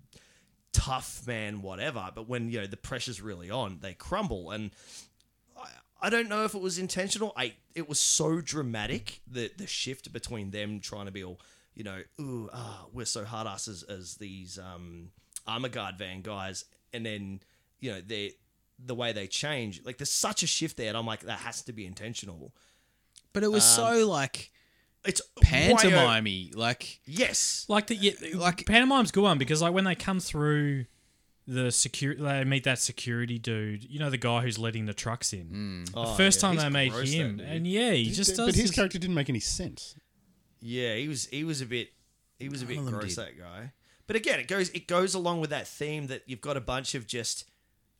S3: tough man, whatever. But when you know the pressure's really on, they crumble and. I don't know if it was intentional. I it was so dramatic the the shift between them trying to be all you know, ooh, ah, we're so hard asses as these um, armor guard van guys, and then you know they the way they change. Like there's such a shift there, and I'm like that has to be intentional.
S4: But it was
S3: Um,
S4: so like
S3: It's way o-
S4: pantomimey, like
S3: Yes,
S1: Like the yeah, like
S4: Like-
S1: pantomime's a good one because like when they come through the security, they meet that security dude. You know the guy who's letting the trucks in. the
S3: Oh,
S1: first
S3: yeah.
S1: time
S3: He's
S1: they meet
S3: gross, that
S1: him,
S3: dude.
S1: and yeah, he
S2: He
S1: just
S2: did-
S1: does.
S2: but his
S1: this-
S2: character didn't make any sense.
S3: yeah, he was he was a bit he was a bit
S4: of them
S3: gross
S4: did.
S3: that guy. But again, it goes it goes along with that theme that you've got a bunch of just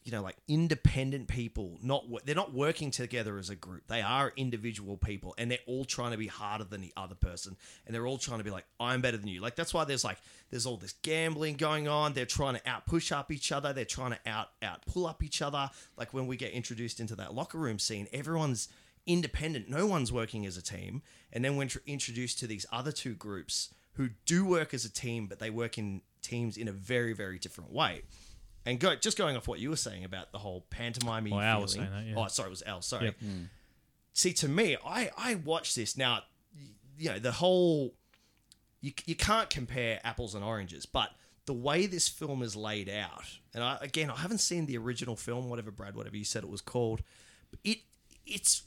S3: you know like independent people not wo- they're not working together as a group they are individual people and they're all trying to be harder than the other person and they're all trying to be like i'm better than you like that's why there's like there's all this gambling going on they're trying to out push up each other they're trying to out out pull up each other like when we get introduced into that locker room scene everyone's independent no one's working as a team and then when tr- introduced to these other two groups who do work as a team but they work in teams in a very very different way and go just going off what you were saying about the whole pantomime
S1: Well, Al
S3: feeling.
S1: was saying that, yeah.
S3: Oh, sorry, it was Al. Sorry.
S1: Yep.
S3: See, to me, I I watch this now. y- You know the whole you you can't compare apples and oranges, but the way this film is laid out, and I, again, I haven't seen the original film, whatever Brad, whatever you said it was called. but It it's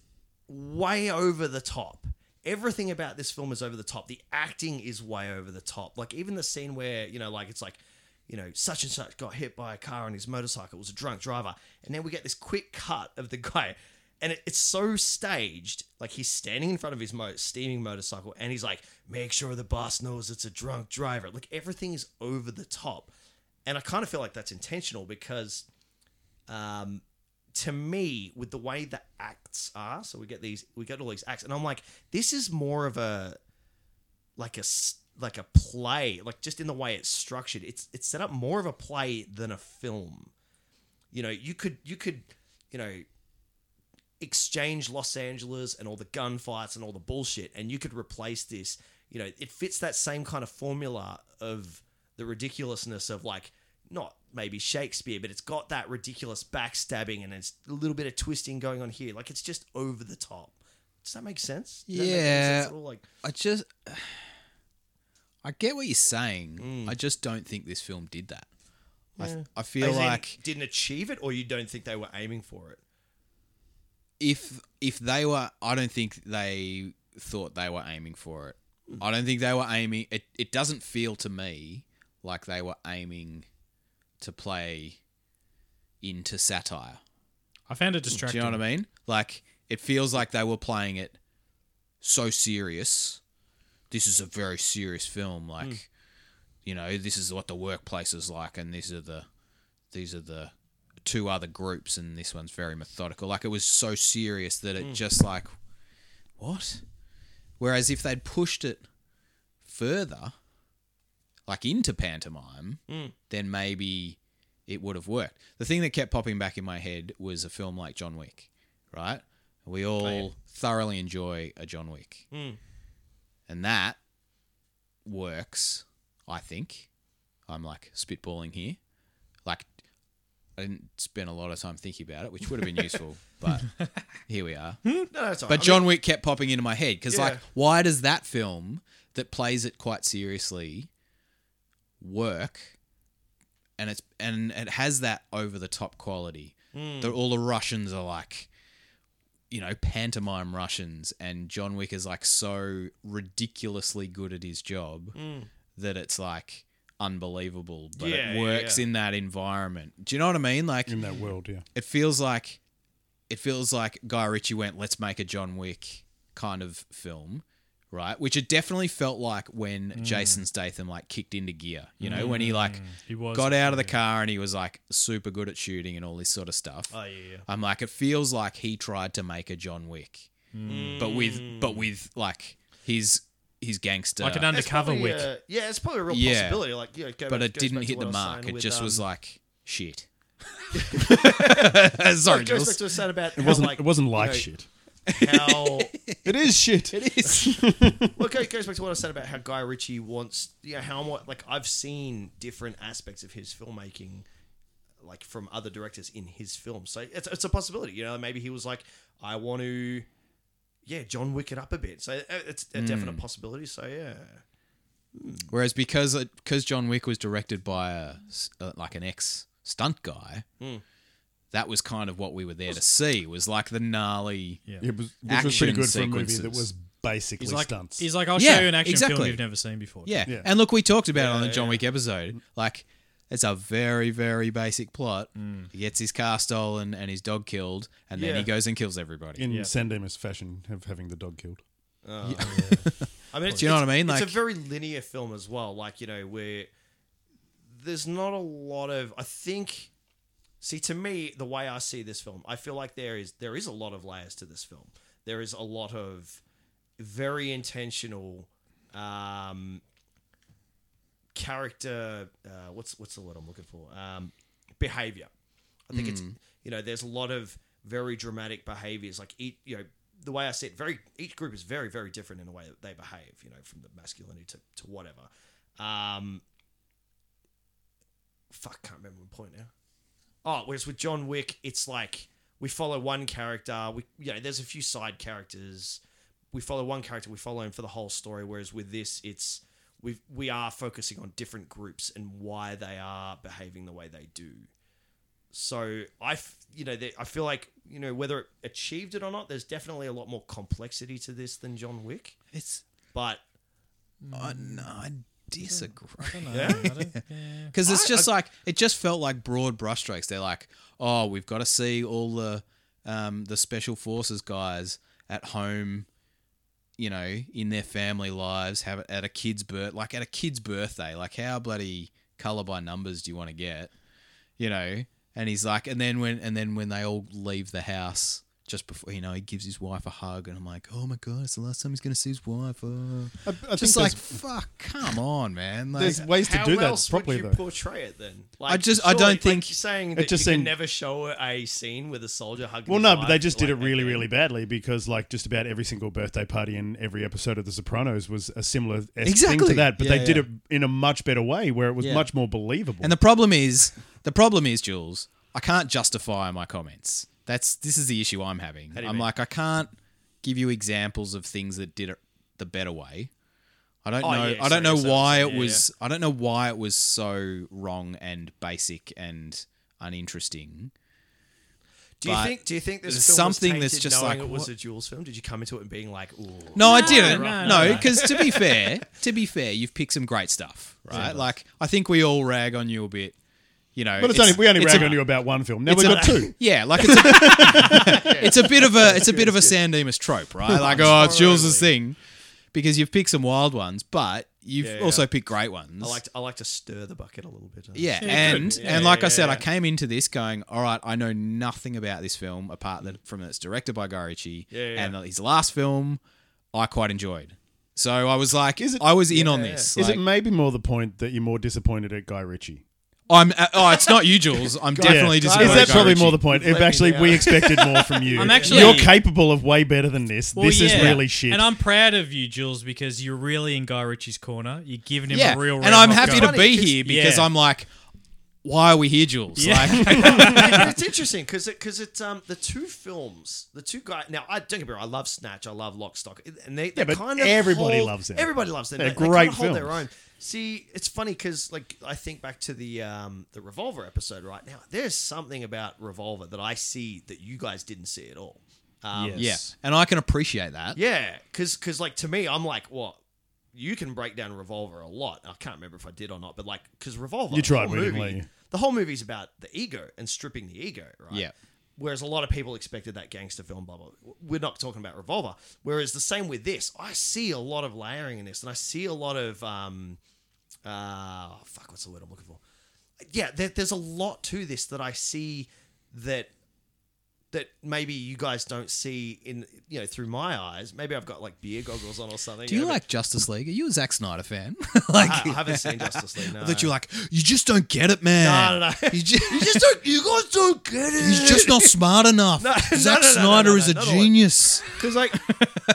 S3: way over the top. Everything about this film is over the top. The acting is way over the top. Like even the scene where you know, like it's like, you know, such and such got hit by a car on his motorcycle. It was a drunk driver, and then we get this quick cut of the guy, and it, it's so staged. Like he's standing in front of his mo- steaming motorcycle, and he's like, "Make sure the boss knows it's a drunk driver." Like everything is over the top, and I kind of feel like that's intentional because um, to me with the way the acts are so we get these we get all these acts and i'm like this is more of a like a s- like a play like just in the way it's structured it's it's set up more of a play than a film you know you could you could you know exchange los angeles and all the gunfights and all the bullshit and you could replace this you know it fits that same kind of formula of the ridiculousness of like not maybe shakespeare but it's got that ridiculous backstabbing and it's a little bit of twisting going on here like it's just over the top does that make sense Does that make any
S4: Yeah.
S3: sense at all? like
S4: I just *sighs* I get what you're saying.
S3: Mm.
S4: I just don't think this film did that. I, I feel
S3: As in,
S4: like
S3: didn't achieve it, or you don't think they were aiming for it.
S4: if if they were I don't think they thought they were aiming for it.
S3: Mm.
S4: I don't think they were aiming it it doesn't feel to me like they were aiming to play into satire.
S1: I found it
S4: Do
S1: distracting.
S4: you know what I mean? Like it feels like they were playing it so serious. This is a very serious film. Like, you know, this is what the workplace is like, and these are the these are the two other groups, and this one's very methodical. Like it was so serious that it just like what? Whereas if they'd pushed it further, like into pantomime, then maybe it would have worked. The thing that kept popping back in my head was a film like John Wick, right? We all thoroughly enjoy a John Wick. And that works, I think. I'm like spitballing here. Like, I didn't spend a lot of time thinking about it, which would have been useful, but here we are.
S3: No, that's all
S4: But
S3: right. I mean,
S4: John Wick kept popping into my head because, like,
S3: Yeah.
S4: why does that film that plays it quite seriously work? And it's and it has that over the top quality.
S3: Hmm.
S4: That all the Russians are like, you know, pantomime Russians, and John Wick is like so ridiculously good at his job that it's like unbelievable. But
S3: Hmm. Yeah,
S4: it
S3: yeah,
S4: works
S3: yeah.
S4: in that environment. Do you know what I mean? Like
S2: In that world, yeah.
S4: it feels like it feels like Guy Ritchie went, let's make a John Wick kind of film, right? Which it definitely felt like when
S3: Mm.
S4: Jason Statham like kicked into gear, you know, when he like
S1: He was-
S4: got out of the car and he was like super good at shooting and all this sort of stuff.
S2: Oh, yeah,
S4: *laughs*
S2: yeah.
S4: I'm like, it feels like he tried to make a John Wick,
S3: Mm.
S4: but with but with like his his gangster
S1: Like an
S3: It's
S1: undercover
S3: probably,
S1: wick.
S3: uh, yeah, it's probably a real
S4: Yeah.
S3: possibility. Like, yeah, go
S4: but
S3: back-
S4: it
S3: goes
S4: didn't
S3: back to
S4: hit
S3: what
S4: the
S3: I was
S4: mark.
S3: saying
S4: It
S3: with,
S4: just was
S3: um,
S4: like
S3: *laughs*
S4: shit. *laughs*
S3: no,
S4: Sorry,
S3: oh, it goes back
S4: Jules.
S3: to what I said about
S2: It wasn't.
S3: How, like,
S2: it wasn't like
S3: you know,
S2: shit.
S4: *laughs*
S3: How
S2: It is shit.
S4: It is.
S3: well, it go- goes back to what I said about how Guy Ritchie wants, you know, how much like I've seen different aspects of his filmmaking, like from other directors in his films. So it's, it's a possibility, you know. Maybe he was like, I want to, yeah, John Wick it up a bit. So uh, it's a
S4: Hmm.
S3: definite possibility. So yeah,
S4: Whereas because it, because John Wick was directed by a s- uh, like an ex stunt guy, that was kind of what we were there to see. Was like the gnarly.
S2: It was, which
S4: Action
S2: was pretty good for a movie that
S4: sequences.
S2: was basically
S1: He's like,
S2: stunts.
S1: he's like, I'll
S4: Yeah,
S1: show you an action film
S4: exactly.
S1: you've never seen before.
S4: Yeah.
S2: Yeah.
S4: And look, we talked about it on the John Wick episode. Like, it's a very, very basic plot.
S1: Hmm.
S4: He gets his car stolen and his dog killed, and then
S3: Yeah.
S4: he goes and kills everybody.
S2: in Sandemus fashion of having the dog killed.
S3: I mean, it's,
S4: Do you know
S3: it's-
S4: what I mean? Like-
S3: it's a very linear film as well. Like you know, where there's not a lot of. I think. See, to me, the way I see this film, I feel like there is there is a lot of layers to this film. There is a lot of very intentional um, character. Uh, what's what's the word I'm looking for? Um, behavior. I think it's you know there's a lot of very dramatic behaviors. Like each you know the way I see it, very each group is very very different in the way that they behave. You know from the masculinity to to whatever. Um, fuck, can't remember my point now. Oh, whereas with John Wick, it's like we follow one character. We you know there's a few side characters. We follow one character. We follow him for the whole story. Whereas with this, it's we we are focusing on different groups and why they are behaving the way they do. So I, f- you know, there- I feel like you know whether it achieved it or not, there's definitely a lot more complexity to this than John Wick.
S4: It's.
S3: But
S4: I, no, I disagree.
S1: Mm. I don't know, I don't- yeah.
S4: Because it's
S3: I-
S4: just like it just felt like broad brushstrokes. They're like, oh, we've got to see all the um, the special forces guys at home, you know, in their family lives, have it at a kid's birth, like at a kid's birthday. Like, how bloody color by numbers do you want to get, you know? And he's like, and then when and then when they all leave the house. Just before you know, he gives his wife a hug, and I'm like, "Oh my god, it's the last time he's gonna see his wife." Oh.
S2: I, I
S4: Just
S2: think
S4: like, "Fuck, come on, man!" Like,
S2: there's, there's ways to
S3: how
S2: do that
S3: else
S2: properly
S3: would you
S2: though.
S3: portray it then? Like,
S4: just- I
S3: surely,
S4: don't
S3: like,
S4: think-
S3: you're saying
S2: It
S3: that
S2: just
S3: you
S2: seemed-
S3: can never show a scene with a soldier hugging.
S2: well,
S3: his
S2: no, but they
S3: wife,
S2: just did it
S3: like,
S2: really,
S3: again.
S2: really badly because, like, just about every single birthday party and every episode of The Sopranos was a similar thing
S4: Exactly.
S2: to that. But
S4: Yeah,
S2: they did
S4: yeah.
S2: it in a much better way, where it was
S4: Yeah.
S2: much more believable.
S4: And the problem is, the problem is, Jules, I can't justify my comments. That's this is the issue I'm having. I'm
S3: do you mean?
S4: like, I can't give you examples of things that did it the better way. I don't
S3: Oh,
S4: know.
S3: yeah,
S4: I
S3: sorry,
S4: don't know
S3: sorry,
S4: why
S3: sorry,
S4: it
S3: yeah,
S4: was. I don't know why it was so wrong and basic and uninteresting.
S3: Do you
S4: but
S3: think? Do you think this
S4: there's
S3: film was
S4: something that's
S3: tainted
S4: just
S3: knowing
S4: like,
S3: it was
S4: what-
S3: a Jules film? Did you come into it and being like, "Ooh,
S4: No, I didn't.
S1: no,
S4: No,
S1: no.
S4: because to
S3: *laughs*
S4: be fair, to be fair, you've picked some great stuff, right? like I think we all rag on you a bit. You know,
S2: but it's, only we only
S4: it's
S2: rag
S4: a-
S2: on you about one film. Now
S4: It's
S2: we've
S4: a- *laughs*
S2: got two.
S4: Yeah, like it's a, it's a *laughs* bit of a it's a bit of a Sam Demas trope,
S3: *laughs*
S4: right? Like, oh, it's Jules' thing because you've picked some wild ones, but you've
S3: Yeah,
S4: also
S3: yeah.
S4: picked great ones.
S3: I like to, I like to stir the bucket a little bit." uh, *laughs*
S4: yeah, and and
S3: Yeah,
S4: like I
S3: yeah,
S4: said, I
S3: yeah.
S4: came into this going, all right, I know nothing about this film apart that from that it's directed by Guy Ritchie,
S3: Yeah, yeah.
S4: and his last film I quite enjoyed. So I was like, I was in on this.
S2: Is
S4: like,
S2: it maybe more the point that you're more disappointed at Guy Ritchie?
S4: I'm uh, oh, it's not you, Jules.
S3: *laughs*
S4: I'm definitely
S2: Yeah.
S4: disappointed.
S2: Is
S4: at
S2: that
S4: Guy
S2: probably
S4: Ritchie.
S2: more the point? If
S3: Let me
S2: actually we
S3: down.
S2: expected more from
S1: *laughs*
S2: you.
S1: I'm actually-
S2: you're capable of way better than this.
S1: Well,
S2: this is
S1: yeah.
S2: really shit.
S1: And I'm proud of you, Jules, because you're really in Guy Ritchie's corner. You're giving him
S4: yeah,
S1: a real.
S4: and I'm
S1: roundhouse
S4: happy to
S1: cut.
S4: be here because
S1: Yeah.
S4: I'm like, why are we here, Jules?
S1: Yeah.
S3: *laughs*
S4: Like,
S2: *laughs*
S3: And it's interesting because because it's um the two films, the two guys. Now I don't get me wrong, I love Snatch, I love Lock Stock, and they, they
S2: but
S3: kind of
S2: everybody
S3: hold-
S2: loves them.
S3: Everybody loves them.
S2: They're
S3: they, they
S2: great
S3: kind of hold their
S2: films.
S3: own. See, it's funny because like I think back to the um the Revolver episode right now. There's something about Revolver that I see that you guys didn't see at all. Um,
S4: Yeah, and I can appreciate that.
S3: yeah, because like to me, I'm like, what? You can break down Revolver a lot. I can't remember if I did or not, but like because Revolver,
S2: You
S3: the
S2: tried,
S3: whole
S2: we didn't
S3: movie-
S2: let you.
S3: The whole movie's about the ego and stripping the ego, right?
S4: Yeah.
S3: Whereas a lot of people expected that gangster film, blah, blah. blah. We're not talking about Revolver. Whereas the same with this, I see a lot of layering in this, and I see a lot of, um, uh, fuck, what's the word I'm looking for? Yeah, there, there's a lot to this that I see that that maybe you guys don't see in you know through my eyes. Maybe I've got like beer goggles on or something.
S4: Do you
S3: know, but-
S4: like Justice League? Are you a Zack Snyder fan? *laughs* like,
S3: I, I haven't seen Justice
S4: *laughs*
S3: League. No.
S4: that you're like, you just don't get it, man.
S3: No, no, no.
S4: *laughs* You
S3: *laughs*
S4: just,
S3: You just don't. You guys don't get it.
S4: he's just not smart enough.
S3: *laughs* No, no,
S4: Zack
S3: no, no, no,
S4: Snyder
S3: no,
S4: is a
S3: not at all.
S4: genius. *laughs*
S3: because like. 'cause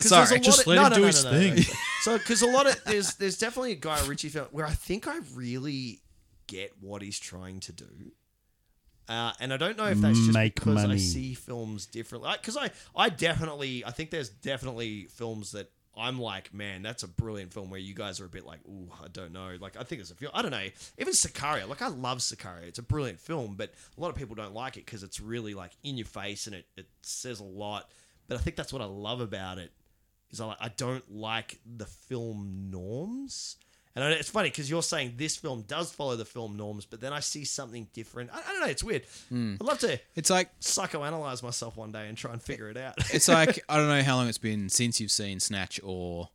S4: Sorry,
S3: there's a lot
S1: just
S3: of-
S1: let
S3: no,
S1: him
S3: no,
S1: do
S3: no,
S1: his
S3: no, no, no.
S1: thing.
S4: *laughs*
S3: So, because a lot of there's there's definitely a Guy Ritchie film where I think I really get what he's trying to do, uh, and I don't know if that's just
S2: Make
S3: because I
S2: money.
S3: see films differently. Because I I definitely I think there's definitely films that I'm like, man, that's a brilliant film. Where you guys are a bit like, ooh, I don't know. Like I think there's a few. I don't know. Even Sicario, like I love Sicario. It's a brilliant film, but a lot of people don't like it because it's really like in your face and it it says a lot. But I think that's what I love about it is I, like, I don't like the film norms. And I, it's funny because you're saying this film does follow the film norms, but then I see something different. I, I don't know. It's weird.
S4: Hmm.
S3: I'd love to
S4: It's like
S3: psychoanalyze myself one day and try and figure it out. *laughs*
S4: it's like I don't know how long it's been since you've seen Snatch or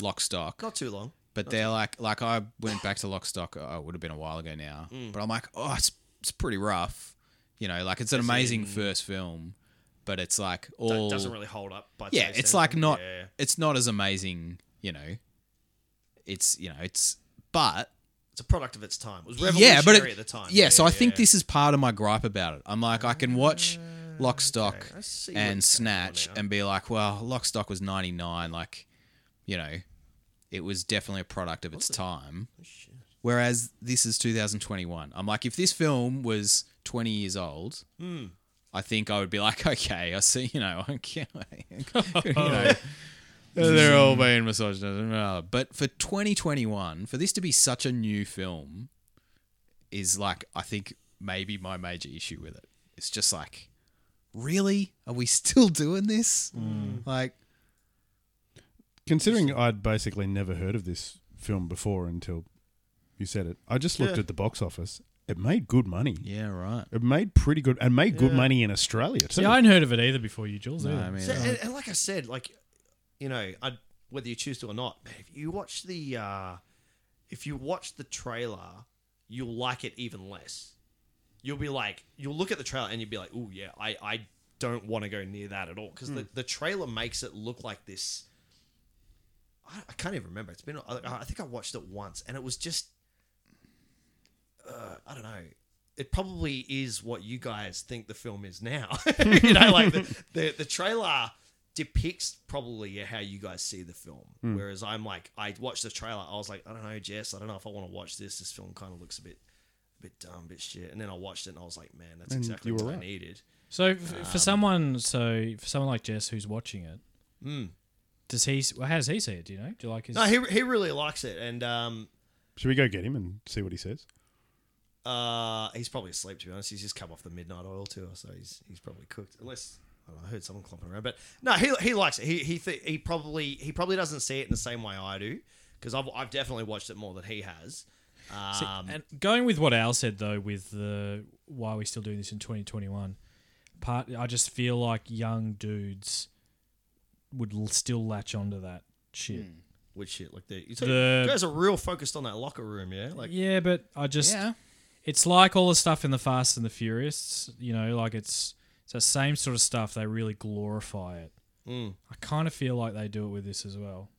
S4: Lock, Stock.
S3: Not too long.
S4: But they're like, like I went back to Lockstock. Oh, it would have been a while ago now.
S3: Mm.
S4: But I'm like, oh, it's, it's pretty rough. You know, like it's an amazing first film, but it's like
S3: That
S4: all
S3: doesn't really hold up. By
S4: yeah,
S3: today's
S4: it's like
S3: standard.
S4: not,
S3: Yeah.
S4: it's not as amazing. You know, it's you know, it's but
S3: It's a product of its time. It was revolutionary
S4: yeah, but it,
S3: at the time.
S4: Yeah, so I think
S3: yeah.
S4: this is part of my gripe about it. I'm like, I can watch Lock, Stock
S3: I see what's going on
S4: and Snatch
S3: now.
S4: and be like, well, Lock, Stock was '99, like, you know, it was definitely a product of its time.
S3: Oh,
S4: Whereas this is 2021. I'm like, if this film was 20 years old,
S3: Hmm.
S4: I think I would be like, *laughs* okay, I see, you know, *laughs* I can't,
S3: *laughs*
S4: you
S3: Oh.
S4: know, they're all being misogynism. uh, But for 2021, for this to be such a new film, is like, I think maybe my major issue with it. It's just like, really? Are we *laughs* still doing this?
S1: Mm.
S4: Like,
S2: Considering I'd basically never heard of this film before until you said it, I just looked at the box office. It made good money.
S4: yeah, right.
S2: It made pretty good, and made good money in Australia too.
S1: See, I hadn't heard of it either before you, Jules.
S4: No,
S1: either.
S4: I mean, uh,
S3: So, and, and like I said, like you know, I, whether you choose to or not, man, if you watch the uh, if you watch the trailer, you'll like it even less. You'll be like, you'll look at the trailer and you'll be like, oh yeah, I I don't want to go near that at all because the, the trailer makes it look like this. I, I can't even remember. It's been I, I think I watched it once and it was just uh, I don't know. It probably is what you guys think the film is now. *laughs* you know,
S2: *laughs*
S3: like the, the, the trailer depicts probably how you guys see the film.
S2: Hmm.
S3: Whereas I'm like, I watched the trailer, I was like, I don't know, Jess, I don't know if I want to watch this. This film kind of looks a bit, a bit dumb, a bit shit. And then I watched it and I was like, man, that's
S2: And
S3: exactly
S2: you
S3: what
S2: were
S3: I
S2: right.
S3: needed.
S1: So f- for
S3: Um,
S1: someone, so for someone like Jess who's watching it, does he? s- Well, how does he see it? Do you know? Do you like his?
S3: Hmm. No, he, he really likes it, and um,
S2: Should we go get him and see what
S4: *laughs*
S2: he says?
S3: Uh, he's probably asleep. To be honest, he's just come off the midnight oil tour, so he's he's probably cooked. Unless I, don't know, I heard someone clomping around, but no, he, he likes it. He he th- he probably he probably doesn't see it in the same way I do because I've I've definitely watched it more than he has.
S1: See,
S3: Um,
S1: and going with what Al said though, with the why are we still doing this in 2021? Part, I just feel like young dudes would l- still latch onto that shit.
S3: Hmm. which shit like the,
S1: The-
S3: you guys are real focused on that locker room, yeah. Like
S1: yeah, but I just
S4: yeah.
S1: it's like all the stuff in the Fast and the Furious. You know, like it's it's that same sort of stuff. They really glorify it.
S3: mm,
S1: I kind of feel like they do it with this as well.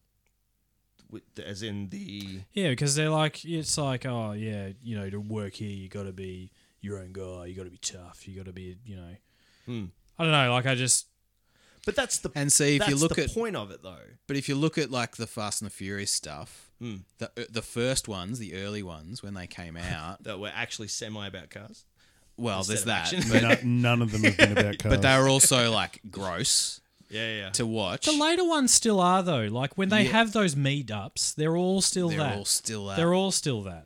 S3: with, as in the
S1: Yeah, because they're like, it's like, oh yeah, you know, to work here, you got to be your own guy. You got to be tough. You got to be, you know,
S3: Hmm.
S1: I don't know. Like I just,
S3: but that's the
S4: And see, if
S3: that's
S4: you look
S3: the
S4: at
S3: point of it though.
S4: But if you look at like the Fast and the Furious stuff,
S3: Mm.
S4: the uh, the first ones, the early ones when they
S1: *laughs*
S4: came out,
S3: That we're actually semi about cars.
S4: well, there's that,
S3: Instead of
S4: but,
S2: No, none of them have been about cars.
S4: *laughs*
S1: *laughs*
S4: but they were also like gross
S3: Yeah, yeah, yeah.
S4: to watch.
S1: the later ones still are though. Like when they have those meetups, they're all still
S4: They're
S1: that.
S4: all still oh, that.
S1: they're all still that.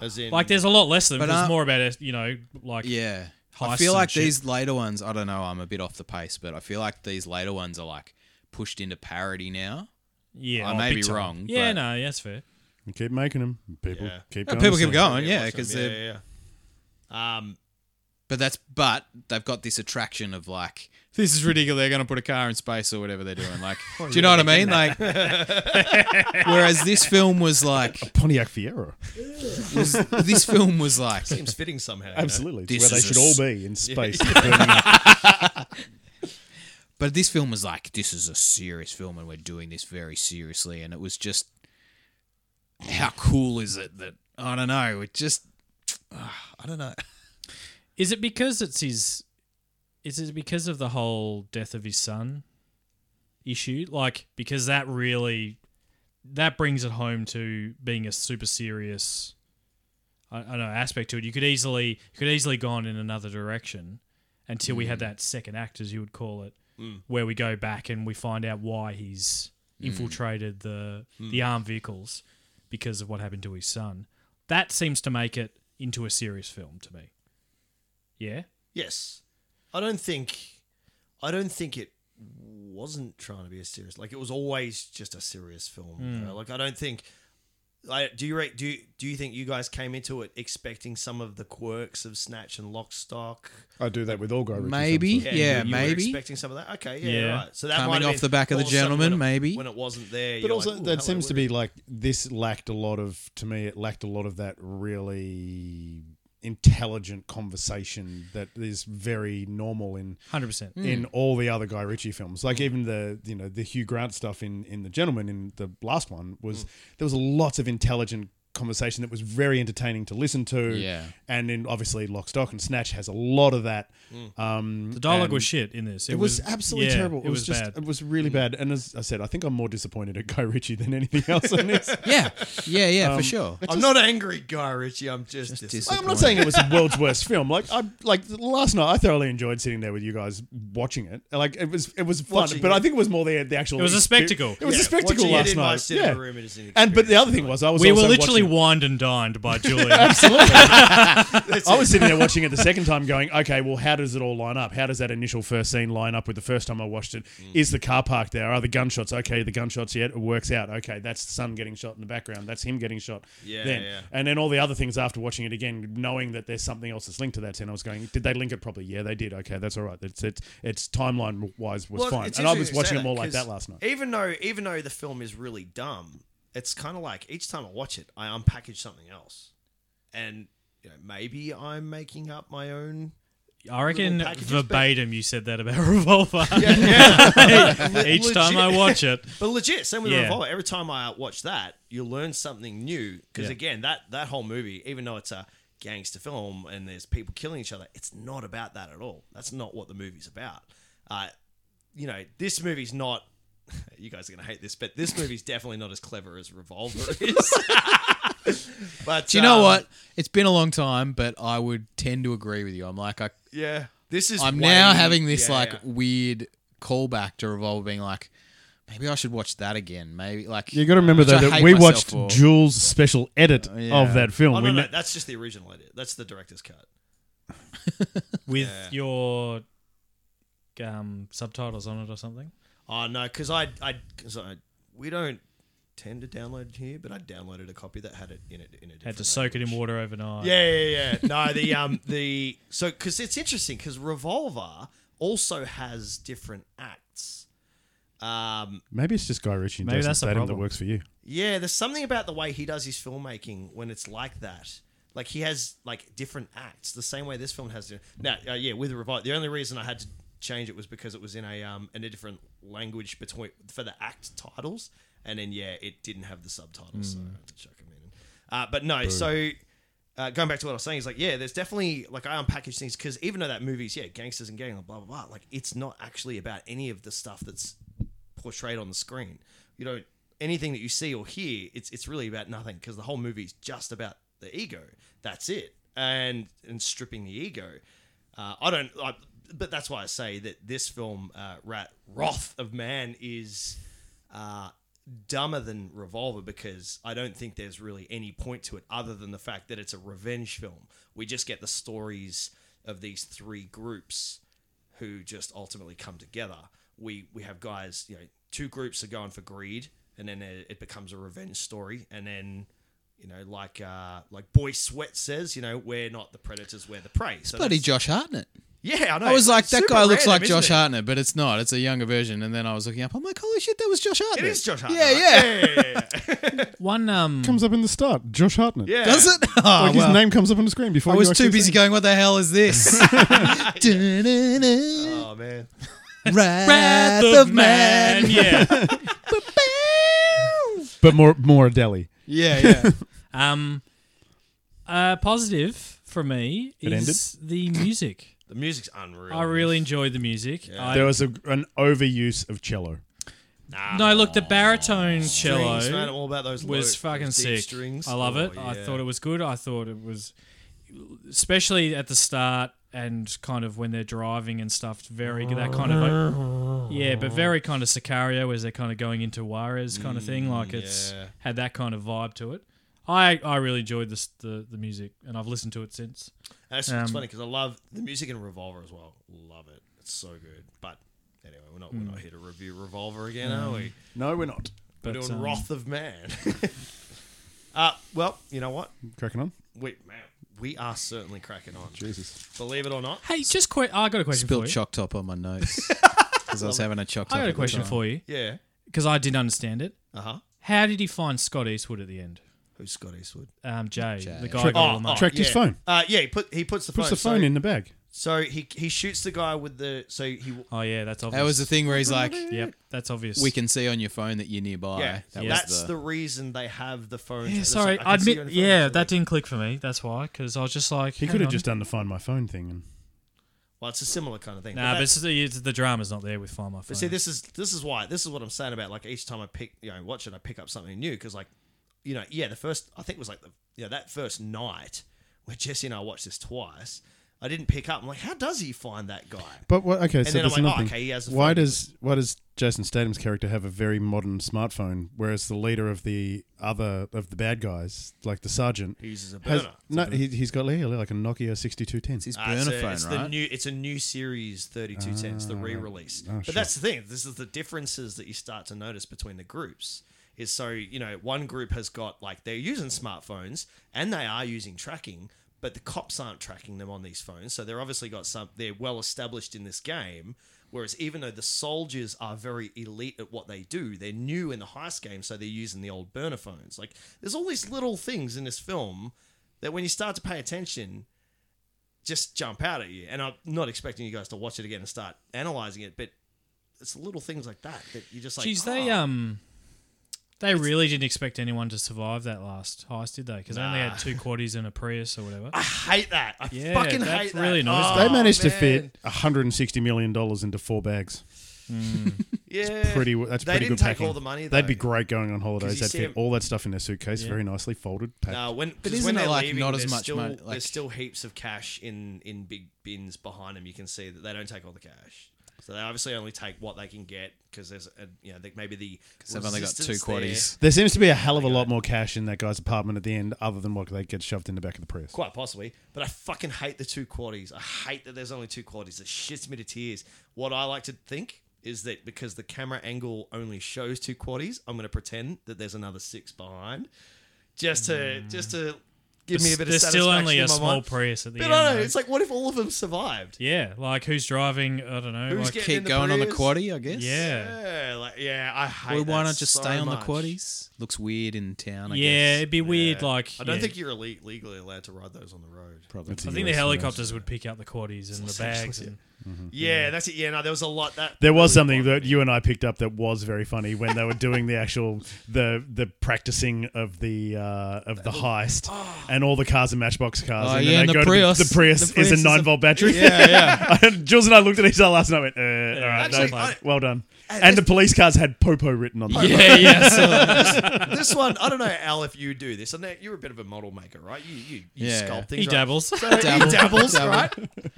S3: As in
S1: Like there's a lot less of them.
S4: But,
S1: There's
S4: uh,
S1: more about it, you know, like
S4: yeah. I
S1: heists
S4: feel
S1: and
S4: like
S1: shit.
S4: these later ones. I don't know. I'm a bit off the pace, but I feel like these later ones are like pushed into parody now.
S1: yeah.
S4: I
S1: oh,
S4: may
S1: big
S4: be
S1: time.
S4: wrong,
S1: Yeah,
S4: but-
S1: no, yeah, that's fair.
S2: We keep making them. People
S3: Yeah.
S2: keep
S4: Yeah,
S2: going.
S4: Uh, people keep
S2: so-
S4: going, yeah,
S3: watch them.
S4: because
S3: yeah,
S4: they're
S3: yeah, yeah. Um,
S4: But that's but they've got this attraction of like this is ridiculous. They're going to put a car in space or whatever they're doing. *laughs* Like, do you know what I mean? Like, *laughs* whereas this film was like,
S2: *laughs* Pontiac Fiero.
S4: was, this film was like,
S3: Seems
S4: *laughs*
S3: fitting somehow.
S2: Absolutely. It's
S4: This
S2: where they
S4: is a
S2: should
S4: s-
S2: all
S4: *laughs*
S2: be in space.
S4: but this film was like, this is a serious film and we're doing this very seriously. And it was just, how cool is it that I don't know? It just, Ah, I don't know.
S1: Is it because it's his? Is it because of the whole death of his son issue? Like because that really that brings it home to being a super serious. I, I don't know aspect to it. You could easily you could easily gone in another direction until we had that second act, as you would call it, where we go back and we find out why he's infiltrated the the armed vehicles because of what happened to his son. That seems to make it into a serious film to me. Yeah.
S3: Yes. I don't think I don't think it wasn't trying to be a serious like it was always just a serious film. you know? Like I don't think I do you rate do you, do you think you guys came into it expecting some of the quirks of Snatch and Lock Stock?
S2: I do that
S4: *laughs*
S2: with all Guy Ritchie
S4: Maybe.
S2: films.
S4: Yeah,
S3: you- you were
S4: maybe.
S3: expecting some of that. Okay, yeah,
S1: Yeah.
S3: right. So that
S4: Coming
S3: might have
S4: off
S3: been
S4: the back of The
S3: all of a sudden
S4: Gentleman,
S3: when it-
S4: maybe.
S3: when it wasn't there.
S2: But
S3: you're
S2: also,
S3: like, "Ooh, hello,
S2: that seems to
S3: what
S2: be like this lacked a lot of, to me, it lacked a lot of that really intelligent conversation that is very normal in
S1: Hundred percent.
S2: in all the other Guy Ritchie films. Like even the you know the Hugh Grant stuff in in The Gentleman in the last one was there was lots of intelligent conversation that was very entertaining to listen to.
S4: Yeah.
S2: and then obviously Lock, Stock, and Snatch has a lot of that. Um,
S1: The dialogue
S2: and-
S1: was shit in this. It,
S2: It was, absolutely
S1: yeah,
S2: terrible. It, was, just
S1: bad.
S2: it was really bad. And as I said, I think I'm more disappointed at Guy Ritchie than anything *laughs* else in this.
S4: *laughs* Yeah. Yeah. Yeah. for sure.
S3: I'm not angry, Guy Ritchie. I'm just, dis-
S2: I'm not saying it was the
S3: *laughs*
S2: world's worst film. Like I like last night, I thoroughly enjoyed sitting there with you guys watching it. Like it was it was fun,
S3: Watching
S2: but I
S3: it.
S2: think it was more the the actual.
S1: It was a
S2: expe-
S1: spectacle.
S2: It was
S3: Yeah,
S2: a spectacle
S3: watching it
S2: last
S3: in my
S2: night.
S3: cinema
S2: yeah.
S3: room is an
S2: and but the other thing was, I was
S1: we were
S2: also
S1: literally
S2: watching-
S1: wined and dined
S2: *laughs*
S1: by Julie.
S2: I was sitting there watching it the second time, going, okay, well, how does it all line up? How does that initial first scene line up with the first time I watched it?
S3: Mm.
S2: Is the car park there? Are the gunshots? Okay, the gunshots yet? It works out. Okay, that's the son getting shot in the background. That's him getting shot.
S3: Yeah,
S2: Then.
S3: yeah.
S2: And then all the other things after watching it again, knowing that there's something else that's linked to that scene, I was going, did they link it properly? Yeah, they did. Okay, that's all right. It's it's, it's timeline wise was fine.
S3: it's
S2: And I was
S3: interesting you
S2: watching
S3: say
S2: it more like
S3: 'cause
S2: that last night.
S3: Even though, even though the film is really dumb, it's kind of like each time I watch it, I unpackage something else, and you know, maybe I'm making up my own.
S1: I reckon
S3: Little packages, but-
S1: verbatim you said that about Revolver.
S2: *laughs*
S1: *laughs* Each time I watch it,
S3: But legit, same with
S1: Yeah.
S3: the revolver. Every time I watch that, you learn something new. Because
S1: Yeah.
S3: again, that that whole movie, even though it's a gangster film and there's people killing each other, it's not about that at all. That's not what the movie's about. Uh, you know, this movie's not. *laughs* You guys are gonna hate this, but this movie's definitely not as clever as Revolver *laughs* is. *laughs* but
S4: Do you know
S3: um,
S4: what? It's been a long time, but I would tend to agree with you. I'm like, I
S3: Yeah, this is.
S4: I'm
S3: way-
S4: now having this
S3: yeah,
S4: like
S3: yeah.
S4: weird callback to Revolver being like, maybe I should watch that again. Maybe like
S2: You got to remember
S4: which
S2: though
S4: I
S2: that
S4: hate
S2: we
S4: myself
S2: watched
S4: for.
S2: Jules' special edit
S4: yeah.
S2: of that film.
S3: Oh
S2: We
S3: no, no,
S2: kn-
S3: that's just the original edit. That's the director's cut.
S1: with your um, subtitles on it or something.
S3: Oh no, because I, I, cause I, we don't tend to download it here, but I downloaded a copy that had it in it in a different
S1: Had to soak it in
S3: language.
S1: water overnight.
S3: Yeah, yeah, yeah. No, the *laughs* um, the so because it's interesting because Revolver also has different acts. Um,
S2: Maybe it's just Guy Ritchie and
S1: Maybe
S2: Jason
S1: that's the
S2: Statham that
S1: problem.
S2: works for you.
S3: yeah, there's something about the way he does his filmmaking when it's like that. Like he has like different acts, the same way this film has. Now, uh, yeah, with Revolver, the only reason I had to change it was because it was in a um in a different language between for the act titles, and then yeah, it didn't have the subtitles, so I had to chuck them in. Uh, but no, so. Uh, going back to what I was saying, is like, yeah, there's definitely like I unpackage things because even though that movie's yeah, gangsters and gang, blah blah blah, like it's not actually about any of the stuff that's portrayed on the screen. You don't anything that you see or hear. It's it's really about nothing because the whole movie's just about the ego. That's it, and and stripping the ego. Uh, I don't, I, but that's why I say that this film, uh, Rat Wrath of Man, is uh, dumber than Revolver because I don't think there's really any point to it other than the fact that it's a revenge film. We just get the stories of these three groups who just ultimately come together. We we have guys, you know, two groups are going for greed, and then it, it becomes a revenge story, and then You know, like uh, like Boy Sweat says, you know, we're not the predators, we're the prey. So
S4: Bloody
S3: that's-
S4: Josh Hartnett.
S3: yeah, I know.
S4: I was like,
S3: It's
S4: that
S3: super
S4: guy looks
S3: random,
S4: like
S3: isn't
S4: Josh
S3: it?
S4: Hartnett, but it's not. It's a younger version. And then I was looking up. I'm like, holy shit, that was Josh
S3: It
S4: Hartnett.
S3: is Josh Hartnett.
S4: Yeah, yeah.
S3: yeah, yeah, yeah.
S1: One um,
S2: Comes up in the start, Josh Hartnett.
S3: yeah.
S4: Does it? Oh,
S3: Ah,
S2: Like
S4: well.
S2: his name comes up on the screen before
S4: I was
S2: you
S4: too
S2: actually
S4: busy
S2: see
S4: going, what the hell is
S2: *laughs*
S4: this? *laughs* Dun-dun-dun.
S3: Oh man.
S4: Wrath
S1: of
S4: of
S2: *laughs*
S4: man.
S1: yeah.
S2: it. But more, more Adele.
S3: *laughs*
S4: Yeah, yeah.
S1: um, uh, positive for me
S2: It
S1: is the music.
S3: The music's unreal.
S1: I really enjoyed the music. I-
S2: There was a, an overuse of cello.
S3: Nah.
S1: no, look, the baritone cello
S3: Strings, man, I'm all about those
S1: was
S3: low-
S1: fucking
S3: those deep
S1: sick.
S3: Strings.
S1: I love it.
S3: Oh,
S1: I
S3: yeah.
S1: thought it was good. I thought it was, especially at the start and kind of when they're driving and stuff. Very that kind of, yeah, but very kind of Sicario as they're kind of going into Juarez kind of thing. Like it's
S3: Mm, yeah.
S1: had that kind of vibe to it. I, I really enjoyed this the, the music and I've listened to it since.
S3: And it's,
S1: Um,
S3: it's funny because I love the music in Revolver as well. Love it. It's so good. But anyway, we're not
S1: Hmm.
S3: we're not here to review Revolver again, are we?
S2: No, we're not.
S3: We're
S1: But,
S3: doing
S1: um,
S3: Wrath of Man. *laughs* uh, well, you know what?
S2: Cracking on.
S3: We man, we are certainly cracking on.
S2: Jesus.
S3: Believe it or not.
S1: Hey, just que- I got a question
S4: Spilled
S1: for you.
S4: choc top on my
S3: *laughs*
S4: nose because I was having a choc top.
S1: I got a
S4: at the
S1: question
S4: time.
S1: for you
S3: Yeah.
S1: because I didn't understand it.
S3: Uh huh.
S1: How did he find Scott Eastwood at the end?
S3: Who's Scott Eastwood?
S1: Um, Jay,
S4: Jay.
S1: the guy Oh, who got all the money.
S2: Tracked his
S3: Oh, yeah.
S2: phone.
S3: Uh, yeah, he put he puts the
S2: Puts
S3: phone.
S2: the phone
S3: so,
S2: in the bag.
S3: So he he shoots the guy with the so he
S1: Oh yeah, that's obvious.
S4: That was the thing where he's like,
S1: Yep, that's obvious.
S4: we can see on your phone that you're
S1: Oh,
S4: nearby.
S3: yeah.
S4: that
S3: that's
S4: was
S3: the,
S4: the,
S3: reason they have the phone.
S1: Yeah,
S3: It's
S1: sorry,
S3: like,
S1: I
S3: can see you
S1: admit.
S3: on the phone,
S1: Yeah,
S3: so
S1: that didn't click for me. That's why, because I was just like,
S2: He could have just done the find my phone thing. And
S3: Well, it's a similar kind of thing.
S1: Nah, but
S3: that-
S1: it's the, it's the drama's not there with Find My Phone.
S3: But see, this is this is why this is what I'm saying about like each time I pick, you know, watch it, I pick up something new because like, you know, yeah, the first I think it was like the you know that first night where Jesse and I watched this twice, I didn't pick up. I'm like, how does he find that guy?
S2: but what, okay, so
S3: then
S2: there's
S3: I'm
S2: another
S3: like, oh,
S2: thing.
S3: okay, he has the
S2: why
S3: phone.
S2: does why does Jason Statham's character have a very modern smartphone, whereas the leader of the other of the bad guys, like the sergeant,
S3: He uses a burner.
S2: has, no, he, he's got yeah, like a Nokia sixty two ten.
S4: it's his
S3: Ah,
S4: burner
S3: it's a,
S4: phone,
S3: it's The
S4: right?
S3: new, it's a new series, 3210. It's the re-release. but
S2: sure.
S3: that's the thing. This is the differences that you start to notice between the groups. Is so you know one group has got like they're using smartphones and they are using tracking, but the cops aren't tracking them on these phones. So they're obviously got some. They're well established in this game. Whereas even though the soldiers are very elite at what they do, they're new in the heist game, so they're using the old burner phones. Like there's all these little things in this film that when you start to pay attention, just jump out at you. And I'm not expecting you guys to watch it again and start analyzing it, but it's little things like that that you just like.
S1: Jeez, they
S3: "Oh."
S1: um, they really didn't expect anyone to survive that last heist, did they? Because they only had two quaddies and a Prius or whatever.
S3: I hate that. I
S1: Yeah,
S3: fucking
S1: that
S3: hate
S1: really
S3: that.
S1: annoys me.
S2: They
S1: Oh,
S2: managed to
S3: man.
S2: fit hundred and sixty million dollars into four bags.
S3: Yeah,
S2: Pretty, that's
S3: they
S2: pretty
S3: didn't
S2: good
S3: take
S2: packing.
S3: all the money.
S2: They'd be
S3: though.
S2: great going on holidays.
S3: you
S2: They'd
S3: see
S2: fit
S3: them-
S2: all that stuff in their suitcase, very nicely folded, packed.
S3: No, Uh, when but
S4: isn't
S3: when
S4: it,
S3: they're
S4: like,
S3: leaving,
S4: not as
S3: there's
S4: much
S3: still,
S4: money, like-
S3: there's still heaps of cash in in big bins behind them. You can see that they don't take all the cash, so they obviously only take what they can get because there's a, you know they, maybe the because
S4: They've only got two quaddies.
S2: There seems to be a hell of a lot more cash in that guy's apartment at the end, other than what they get shoved in the back of the Prius.
S3: Quite possibly, but I fucking hate the two qualities. I hate that there's only two qualities. It shits me to tears. What I like to think is that because the camera angle only shows two qualities, I'm going to pretend that there's another six behind, just to just to give me a bit of
S1: There's
S3: satisfaction.
S1: still only
S3: in
S1: a
S3: my
S1: small
S3: mind.
S1: Prius at the
S3: But
S1: end.
S3: I don't know.
S1: though.
S3: It's like, what if all of them survived?
S1: yeah, like who's driving? I don't know.
S3: Who's
S1: like,
S3: getting in
S4: Keep
S3: the
S4: going on the
S3: Prius?
S4: quaddy, I guess.
S1: yeah,
S3: Yeah, like yeah, I hate.
S4: Well, why
S3: that
S4: not just
S3: so
S4: stay on the
S3: much.
S4: quaddies? Looks weird in town. I
S1: yeah.
S4: guess.
S1: It'd be weird. Like
S3: I don't
S1: yeah.
S3: think you're elite, legally allowed to ride those on the road.
S4: probably.
S1: I think the helicopters would pick up the quaddies and the
S3: *laughs*
S1: bags. And,
S3: Yeah, that's it. Yeah, no, there was a lot that
S2: There was
S3: really
S2: something
S3: bothered
S2: that you and I picked up that was very funny when they were doing the actual the the practicing of the uh, of the heist,
S3: *gasps*
S2: and all the cars are Matchbox cars.
S4: Oh,
S2: and
S4: yeah,
S2: then
S4: and
S2: they
S4: the
S2: go
S4: Prius-
S2: to the, the, Prius
S4: the Prius
S2: is
S4: is
S2: a
S4: a-
S2: nine volt battery.
S4: *laughs* Yeah, yeah.
S2: *laughs* Jules and I looked at each other last night. And went, uh, all right,
S3: Actually,
S2: no,
S3: I- uh,
S2: well done. And the police cars had Popo written on them. *laughs*
S4: yeah, yeah. So,
S3: this one, I don't know, Al, if you do this. I know you're a bit of a model maker, right? You you, you
S4: Yeah.
S3: sculpt things.
S1: he
S3: right?
S1: dabbles. *laughs*
S3: So he
S4: Dabble.
S3: dabbles,
S4: Dabble.
S3: right?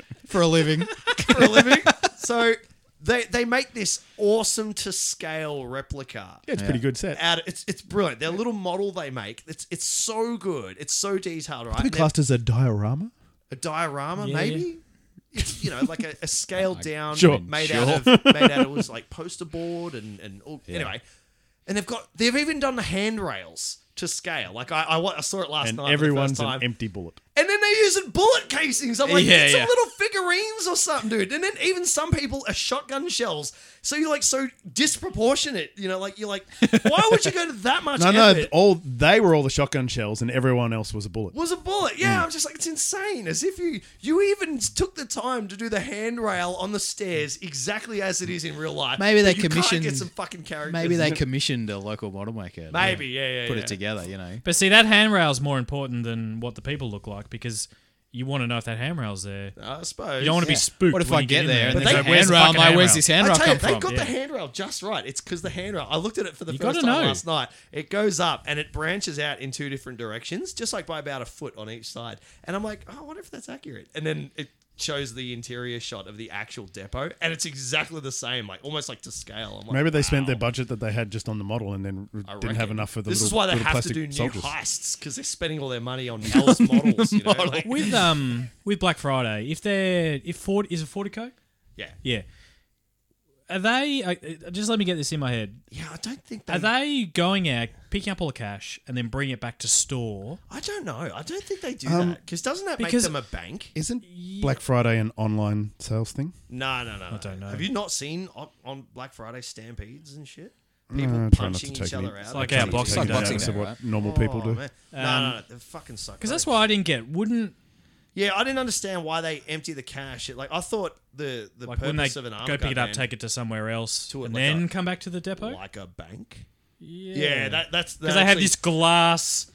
S4: *laughs* for a
S3: *laughs*
S4: living.
S3: For a living. So they they make this awesome to scale replica.
S2: Yeah, it's a pretty good set.
S3: Out of, it's it's brilliant. Their little model they make. It's it's so good. It's so detailed, right?
S2: Probably
S3: They're-
S2: classed as a diorama.
S3: a diorama,
S1: Yeah,
S3: maybe. It's you know like a,
S2: *laughs*
S3: a scaled down,
S2: Sure,
S3: made
S4: sure.
S3: out of made out of was like poster board and and all, anyway, and they've got they've even done the handrails to scale. Like I, I, wa- I saw it last
S2: and
S3: night. for the first
S2: everyone's
S3: time.
S2: an empty bullet.
S3: And then they're using bullet casings. I'm like,
S4: Yeah,
S3: it's
S4: yeah.
S3: a little figurines or something, dude. And then even some people are shotgun shells. So you're like so disproportionate. You know, like you're like, why would you go to that
S2: *laughs*
S3: much
S2: No, no,
S3: effort?
S2: th- all they were all the shotgun shells, and everyone else was a bullet.
S3: was a bullet.
S4: Mm.
S3: Yeah, I'm just like, it's insane. As if you you even took the time to do the handrail on the stairs exactly as it is in real life.
S4: Maybe they
S3: But you can't
S4: commissioned-
S3: get some fucking characters.
S4: Maybe they commissioned a local model maker. to
S3: Maybe, yeah, yeah.
S4: Put
S3: yeah.
S4: it together, you know.
S1: *laughs* But see, that handrail's more important than what the people look like because you want to know if that handrail's there.
S3: I suppose.
S1: You don't want to be spooked.
S4: What if
S1: when
S4: I
S1: you
S4: get
S1: in
S4: there and
S1: But they-
S4: there's a
S1: where's the
S4: handrail? I'm
S1: fucking
S4: like, where's this
S3: I
S4: handrail
S3: tell you,
S4: come
S3: they
S4: from?
S3: got
S1: yeah.
S3: the handrail just right. It's because the handrail. I looked at it for the
S1: You
S3: first
S1: gotta
S3: time
S1: know.
S3: last night. It goes up and it branches out in two different directions, just like by about a foot on each side. And I'm like, oh, I wonder if that's accurate. And then it shows the interior shot of the actual depot, and it's exactly the same, like almost like to scale. I'm like,
S2: Maybe they spent their
S3: wow.
S2: budget that they had just on the model, and then r-
S3: I
S2: didn't have
S3: reckon.
S2: enough for the
S3: This
S2: little,
S3: is why they
S2: little
S3: have to
S2: plastic
S3: do new
S2: soldiers.
S3: heists because they're spending all their money on
S2: *laughs*
S3: Mel's models. You know? like-
S1: With um with Black Friday, if they're if Ford is it Fortico,
S3: yeah,
S1: yeah, are they? Uh, just let me get this in my head.
S3: yeah. I don't think they.
S1: Are they going out picking up all the cash and then bringing it back to store?
S3: I don't know. I don't think they do
S2: Um,
S3: that because doesn't that
S1: because-
S3: make them a bank?
S2: Isn't Black Friday an online sales thing?
S3: No, no, no. I
S1: don't know.
S3: Have you not seen on, on Black Friday stampedes and shit? People
S2: I try not
S3: punching
S2: to take
S3: each other
S2: any-
S3: out.
S2: It's
S1: like
S3: and
S1: our
S3: shit.
S1: boxing
S4: like
S1: day.
S4: boxing
S2: That's
S4: day,
S2: what
S4: right?
S2: normal people
S3: Oh,
S2: do.
S3: man. No, no, no. They're fucking so.
S1: Because that's what I didn't get. Wouldn't
S3: Yeah, I didn't understand why they empty the cash. It, like I thought the the
S1: like wouldn't
S3: purpose
S1: they
S3: of an armor
S1: go pick it up,
S3: guard
S1: take it to somewhere else,
S3: To it
S1: and
S3: like
S1: then
S3: a-
S1: come back to the depot?
S3: man, like a bank. Yeah, that, that's
S1: because
S3: because
S1: they have this glass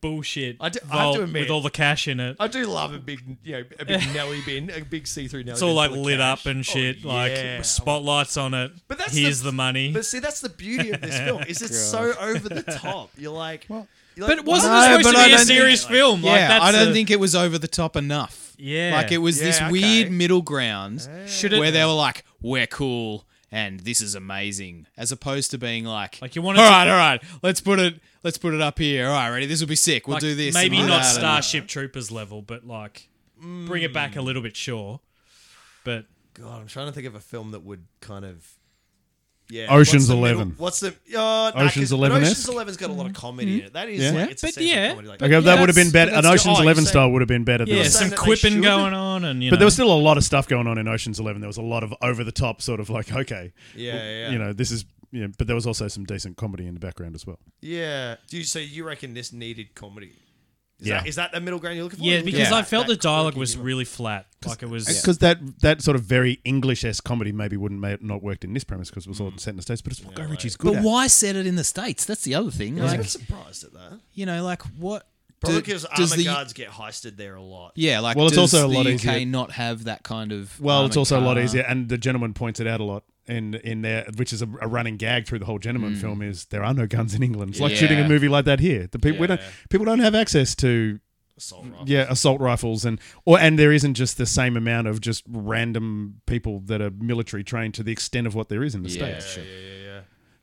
S1: bullshit
S3: I do- I have to
S1: vault
S3: admit-
S1: with all the cash in it.
S3: I do love a big, you know, a big Nelly bin, a big see-through Nelly.
S1: It's all
S3: bin
S1: like
S3: full of
S1: lit
S3: cash.
S1: up and
S3: Oh,
S1: shit,
S3: yeah.
S1: like spotlights on it.
S3: But that's
S1: here's the, money.
S3: But see, that's the beauty of this film is it's *laughs* so over the top. You're like, you're like,
S1: But wasn't
S4: No,
S1: this supposed
S4: but
S1: to
S4: I
S1: be a
S4: don't think-
S1: serious film? *laughs*
S4: Yeah,
S1: like that's
S4: I don't
S1: a-
S4: think it was over the top enough.
S1: Yeah.
S4: like it was this
S3: Yeah, okay.
S4: weird middle ground
S1: Should it-
S4: where they were like, "We're cool." And this is amazing, as opposed to being like,
S1: Like, you wanted
S4: all
S1: to-
S4: right, all right, let's put it, let's put it up here. All right, ready? This will be sick. We'll
S1: like,
S4: do this. and
S1: Maybe
S4: we'll do
S1: not
S4: that and-
S1: Starship Troopers level, but like bring it back a little bit, sure. But
S3: God, I'm trying to think of a film that would kind of. Yeah,
S2: Ocean's
S3: what's the middle-
S2: Eleven.
S3: what's the uh, nah, 'cause
S2: Ocean's Eleven-esque?
S3: Ocean's Eleven's got a lot of comedy in it. That is,
S2: Yeah.
S3: like, it's
S1: But
S3: essential
S1: yeah.
S3: comedy. Like,
S2: Okay,
S1: Yeah,
S2: that would have been
S1: that's-
S2: better.
S3: but
S2: An
S3: that's-
S2: Ocean's
S3: oh,
S2: Eleven
S3: you're
S2: style would have been better.
S1: yeah,
S2: than
S3: saying
S2: this.
S1: some
S3: that they
S1: quipping
S3: should?
S1: going on, and you
S2: but
S1: know,
S2: there was still a lot of stuff going on in Ocean's Eleven. There was a lot of over the top sort of like, okay,
S3: Yeah, yeah.
S2: you know, this is. Yeah, but there was also some decent comedy in the background as well.
S3: yeah. Do you so you reckon this needed comedy? Is
S2: Yeah.
S3: That, is that the middle ground you're looking for?
S1: yeah,
S3: You're looking
S1: because
S3: for
S1: I
S3: that-
S1: felt
S3: that
S1: the dialogue
S3: quirky
S1: was
S3: humor.
S1: really flat. Like it was
S2: Because that that sort of very English esque comedy maybe wouldn't may have not worked in this premise because it was all set in the states. But it's what Guy Ritchie's good
S4: But
S2: at.
S4: why set it in the states? That's the other thing.
S3: I was a
S4: Like,
S3: bit surprised at that.
S4: you know, like what?
S3: Probably
S4: do-
S3: because
S4: does
S3: armor
S4: the-
S3: guards get heisted there a lot.
S4: Yeah, like
S2: Well, it's
S4: does
S2: also a
S4: the
S2: lot
S4: UK
S2: easier-
S4: not have that kind of.
S2: Well, it's
S4: armoured
S2: also a lot
S4: car? *laughs*
S2: easier, and the gentleman points it out a lot in in there, which is a, a running gag through the whole gentleman film. Is there are no guns in England? It's like shooting a
S4: Yeah.
S2: movie like that here. The people we don't
S3: Yeah.
S2: people don't have access to
S3: Assault rifle.
S2: yeah assault rifles and or and there isn't just the same amount of just random people that are military trained to the extent of what there is in the
S4: Yeah,
S2: states.
S4: sure.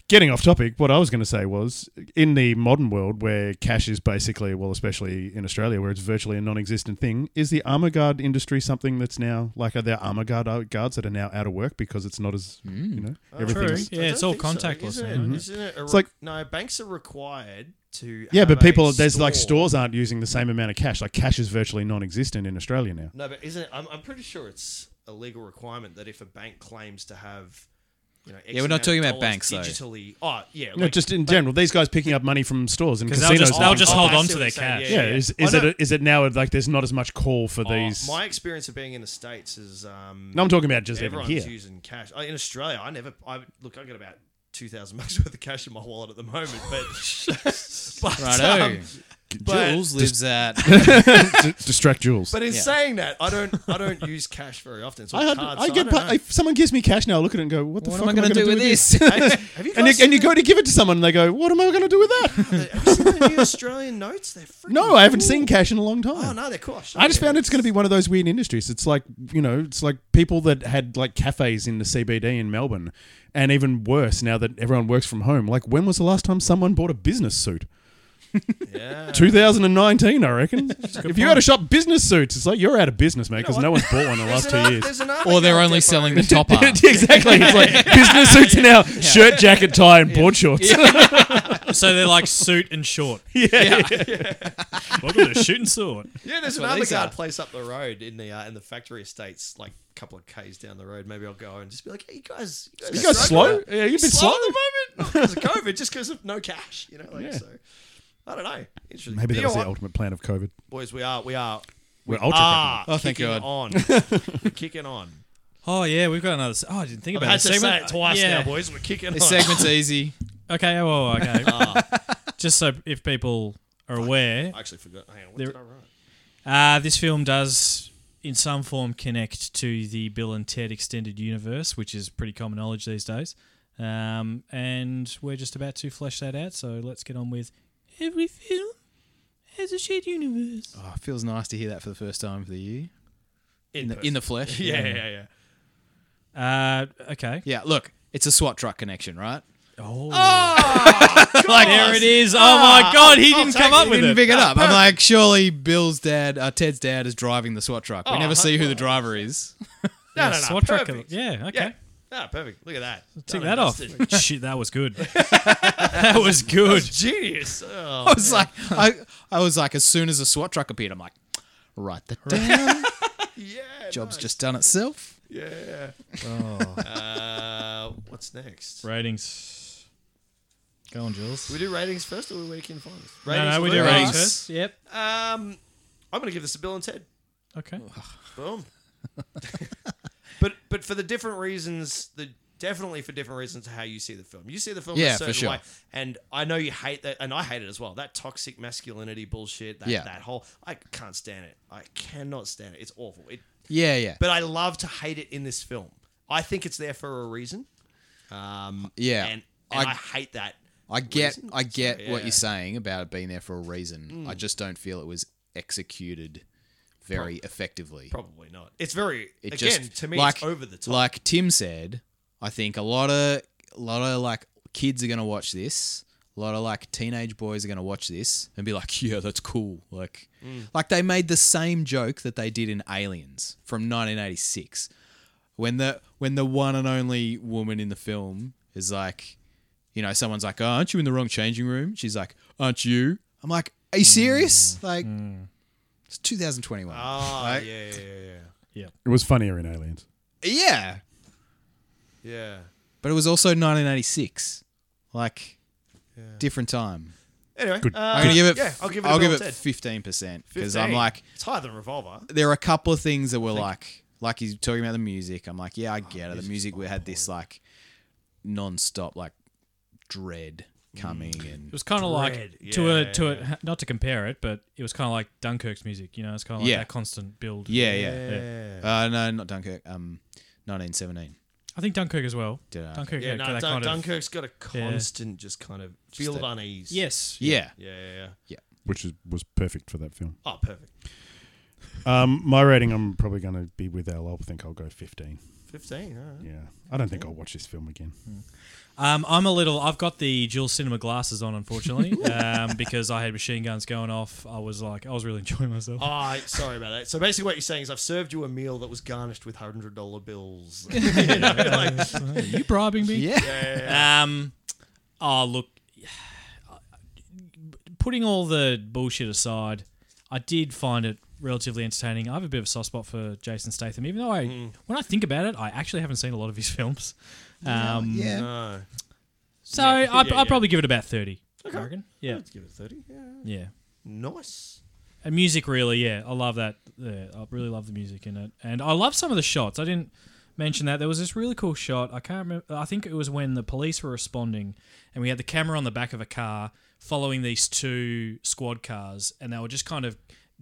S2: Getting off topic, what I was going to say was in the modern world where cash is basically well, especially in Australia where it's virtually a non-existent thing, is the armor guard industry something that's now like are there armor guard uh, guards that are now out of work because it's not as
S4: Hmm.
S2: you know
S1: true.
S2: everything's
S1: Yeah,
S3: I
S1: it's
S3: don't
S1: all
S3: think so,
S1: contactless.
S3: Isn't
S1: now.
S3: it? Isn't it a re-
S2: like-
S3: no banks are required to.
S2: yeah, but
S3: have a
S2: people there's like
S3: store.
S2: stores aren't using the same amount of cash. Like cash is virtually non-existent in Australia now.
S3: No, but isn't it? I'm, I'm pretty sure it's a legal requirement that if a bank claims to have, you know, X
S4: Yeah, we're not
S3: amount of
S4: talking about
S3: dollars
S4: banks, though.
S3: digitally. Oh, yeah,
S2: No,
S3: like-
S2: just in general, these guys picking up money from stores and
S1: 'Cause they'll just-
S2: casinos.
S1: they'll just
S3: oh,
S1: hold
S3: I
S1: on
S3: see
S1: to
S3: what
S1: their
S3: you're saying.
S1: cash.
S2: yeah, is is
S3: I
S2: it
S3: know-
S2: a, is it now like there's not as much call for
S3: oh,
S2: these?
S3: my experience of being in the states is um,
S2: no, I'm talking about just even
S3: everyone's
S2: here.
S3: using cash. I, in Australia, I never. I look, I got about two thousand *laughs* bucks worth of cash in my wallet at the moment, but
S2: *laughs*
S1: *laughs*
S3: but,
S4: Righto. oh.
S3: um, but-
S4: Jules lives *laughs* at.
S2: D- distract Jules.
S3: but in
S4: Yeah.
S3: saying that, I don't
S2: *laughs*
S3: I don't use cash very often. So
S2: I, had,
S3: cards,
S2: I
S3: so
S2: get
S3: don't
S2: pa-
S3: know.
S2: if someone gives me cash now, I look at it and go, "What the
S4: what
S2: fuck
S4: am I going to do with this?
S3: Have you
S2: And you,
S3: guys
S2: and you
S3: seen
S2: go to give it to someone, and they go, "What am I going to do with
S3: *laughs*
S2: that?"
S3: the-
S2: *laughs*
S3: have you seen the new Australian notes? They're freaking
S2: no, I haven't
S3: cool.
S2: seen cash in a long time.
S3: Oh no, they're cool. should
S2: I just
S3: get
S2: found
S3: it.
S2: it's going to be one of those weird industries. It's like you know, it's like people that had like cafes in the CBD in Melbourne, and even worse now that everyone works from home. Like, when was the last time someone bought a business suit?
S3: Yeah.
S2: 2019, I
S3: *laughs*
S2: reckon. if you had to shop business suits, it's like you're out of business, mate, because no one's bought
S3: *laughs*
S2: one in the last two years.
S4: *laughs* or they're only selling the
S1: *laughs*
S4: top
S2: *laughs*
S4: up.
S3: *laughs*
S2: exactly. It's like business suits are now shirt, jacket, tie, and board shorts.
S1: so they're like suit and
S3: *laughs*
S1: short. Welcome to Shoot and Sword.
S3: Yeah, there's an
S4: what these
S3: undercard
S4: are.
S3: place up the road in the uh, in the factory estates, like a couple of k's down the road. Maybe I'll go and just be like, "Hey, you guys, you
S2: *laughs*
S3: guys,
S2: You guys slow?
S3: right now?
S2: Yeah, you've been
S3: slow
S2: slow.
S3: at the moment Not because of COVID, just because of no cash." You know, like so. I don't know.
S2: *laughs*
S3: Interesting.
S2: Maybe
S3: But you
S2: that
S3: know
S2: was the
S3: what,
S2: ultimate plan of COVID.
S3: boys. We are we are
S2: We're ultra.
S3: ah,
S4: Oh, thank
S3: kicking
S4: God.
S3: on,
S4: *laughs*
S3: We're kicking on.
S1: Oh yeah, we've got another. Se- oh, I didn't think
S3: I've
S1: about
S3: had
S1: this
S3: to say
S1: segment.
S3: it twice
S1: yeah.
S3: now, boys. We're kicking
S4: This
S1: *laughs*
S3: on.
S4: segment's easy.
S1: Okay. Oh, well,
S3: *laughs*
S1: okay.
S3: Ah.
S1: Just so if people are aware,
S3: I actually forgot. Hang on, what
S1: There-
S3: did I write?
S1: uh, this film does in some form connect to the Bill and Ted extended universe, which is pretty common knowledge these days. Um, and we're just about to flesh that out. So let's get on with every film has a shared universe.
S4: Oh, it feels nice to hear that for the first time for the year. In the,
S3: person.
S4: in the flesh.
S3: *laughs* yeah, yeah, yeah, yeah.
S1: Uh, okay.
S4: Yeah, look, it's a SWAT truck connection, right?
S1: Oh,
S4: like,
S1: there it is. Oh my God, he
S3: I'll
S1: didn't
S3: take
S1: come up
S4: We
S1: with
S4: didn't
S1: it.
S4: pick it up. I'm like, surely Bill's dad, uh, Ted's dad, is driving the SWAT truck. We
S3: Oh,
S4: never see who the driver
S3: *laughs*
S4: is. *laughs*
S3: No, no, no.
S1: SWAT truck.
S3: perfect.
S1: Yeah. Okay.
S3: Yeah. Ah, perfect. Look at that.
S1: Take
S3: Done
S1: that
S3: and
S1: off. *laughs*
S3: dusted. *laughs*
S1: Shit, that was good. that was good.
S3: Genius. Oh,
S4: I was like, I, I was like, as soon as the SWAT truck appeared, I'm like, write that
S3: *laughs*
S4: down.
S3: yeah.
S4: Job's
S3: nice.
S4: just done itself.
S3: Yeah.
S1: Oh.
S3: Uh, what's next?
S1: Ratings. Go on, Jules.
S3: We do ratings first, or we week in finals?
S1: no, no, we do
S3: first.
S1: ratings
S4: ratings.
S1: first. Yep.
S3: Um, I'm going to give this to Bill and Ted.
S1: Okay.
S3: Boom. *laughs* but but for the different reasons, the definitely for different reasons how you see the film. You see the film
S4: Yeah, for
S3: a certain
S4: sure.
S3: way, and I know you hate that, and I hate it as well. That toxic masculinity bullshit. That,
S4: Yeah.
S3: That whole I can't stand it. I cannot stand it. It's awful. It
S4: Yeah, yeah,
S3: but I love to hate it in this film. I think it's there for a reason. Um,
S4: Yeah.
S3: and, and I,
S4: I-
S3: hate that.
S4: I get,
S3: reason.
S4: I get
S3: So,
S4: what
S3: yeah. Mm.
S4: you're saying about it being there for a reason. I just don't feel it was executed very effectively.
S3: Probably not. It's very
S4: It
S3: again
S4: just
S3: to me
S4: like
S3: it's over the top.
S4: Like Tim said, I think a lot of a lot of like kids are gonna watch this. A lot of like teenage boys are gonna watch this and be like, "Yeah, that's cool." Like,
S3: Mm.
S4: like they made the same joke that they did in Aliens from 1986, when the when the one and only woman in the film is like, you know, someone's like, oh, "Aren't you in the wrong changing room?" She's like, "Aren't you?" I'm like, "Are you serious?" Like, it's 2021.
S3: oh,
S4: Like,
S3: yeah, yeah, yeah,
S2: It was funnier in Aliens.
S4: yeah.
S3: yeah, yeah.
S4: But it was also 1986. Like, different time.
S3: Anyway,
S2: Good.
S3: uh,
S4: I'm going to give it,
S3: Yeah, I'll give it.
S4: I'll
S3: a
S4: give
S3: Bill
S4: it
S3: Ted.
S4: 15% because I'm
S3: 15.
S4: like,
S3: it's higher than Revolver.
S4: there are a couple of things that were like, like he's talking about the music. I'm like, yeah,
S3: Oh,
S4: I get it. The music we had this like non-stop like dread coming
S3: Mm.
S1: It
S4: and
S1: was kind of like
S3: Dread.
S1: to a
S3: Yeah.
S1: to a not to compare it, but it was kind of like Dunkirk's music. You know, it's kind of like
S4: Yeah.
S1: that constant build.
S4: yeah, yeah.
S3: Yeah,
S4: Uh, no, not Dunkirk. Um, 1917.
S1: I think Dunkirk as well.
S4: Did I?
S1: Dunkirk,
S3: yeah.
S1: yeah,
S3: no,
S1: got that
S3: Dun-
S1: kind of-
S3: Dunkirk's got a constant, just kind of feel of
S4: that-
S3: unease.
S1: Yes.
S4: Yeah.
S3: yeah, yeah, yeah.
S2: Which is, was perfect for that film.
S3: Oh, perfect.
S2: Um, my rating, I'm probably going to be with Al. I think I'll go 15.
S3: Fifteen. All right.
S2: Yeah. I don't think I'll watch this film again.
S1: Um, I'm a little. I've got the dual cinema glasses on, unfortunately, *laughs* um, because I had machine guns going off. I was like, I was really *laughs* enjoying myself.
S3: Oh, sorry about that. So basically, what you're saying is I've served you a meal that was garnished with hundred dollar
S1: *laughs*
S3: bills.
S1: Are you bribing me?
S4: Yeah.
S1: Um, oh look, putting all the bullshit aside, I did find it relatively entertaining. I have a bit of a soft spot for Jason Statham, even though I,
S3: Hmm.
S1: when I think about it, I actually haven't seen a lot of his films. Um,
S4: Yeah.
S3: no.
S1: So
S3: Yeah,
S1: I,
S3: yeah,
S1: I'd
S3: yeah.
S1: probably give it about thirty. I reckon. Yeah,
S3: Let's give it 30. Yeah.
S1: yeah.
S3: Nice.
S1: And music, really, yeah, I love that. Yeah, I really love the music in it, and I love some of the shots. I didn't mention that there was this really cool shot. I can't remember. I think it was when the police were responding, and we had the camera on the back of a car following these two squad cars, and they were just kind of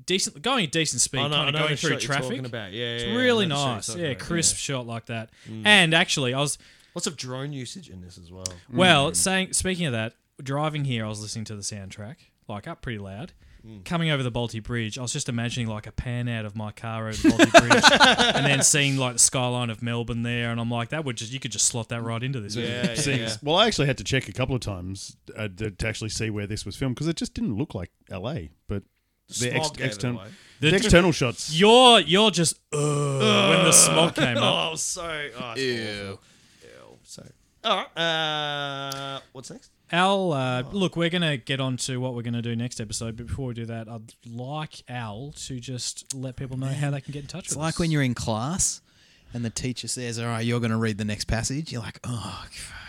S1: decent, going at decent speed,
S3: I know- I
S1: kind
S3: know
S1: of going
S3: the
S1: through
S3: shot you're talking
S1: traffic.
S3: about. Yeah,
S1: It's
S3: yeah, yeah, I
S1: really
S3: know the shot you're
S1: nice,
S3: talking
S1: yeah,
S3: about, Mm.
S1: crisp shot like that. And actually, I was
S3: Lots of drone usage in this
S1: *laughs*
S3: as well.
S1: well,
S3: Mm.
S1: saying speaking of that, driving here, I was listening to the soundtrack like up pretty loud.
S3: Mm.
S1: Coming over the Balti Bridge, I was just imagining like a pan out of my car over the
S3: *laughs*
S1: Balti Bridge, and then seeing like the skyline of Melbourne there, and I'm like, that would just you could just slot that right into this. movie.
S3: Yeah, yeah,
S2: Seeing-
S3: yeah.
S2: Well, I actually had to check a couple of times uh, to, to actually see where this was filmed because it just didn't look like LA, but the ex-
S3: Smog gave it
S2: external
S3: away.
S2: the
S1: The-
S2: external shots.
S1: You're you're just uh, when the
S3: *laughs*
S1: smog came up.
S3: Oh, so. Oh, it's awful. Ew. So. All right. Uh, what's next?
S1: Al, uh, look, we're going to get on to what we're going to do next episode, but before we do that, I'd like Al to just let people know how they can get in touch
S4: It's
S1: with
S4: like
S1: us.
S4: when you're in class and the teacher says, All right, you're going to read the next passage. You're like, Oh,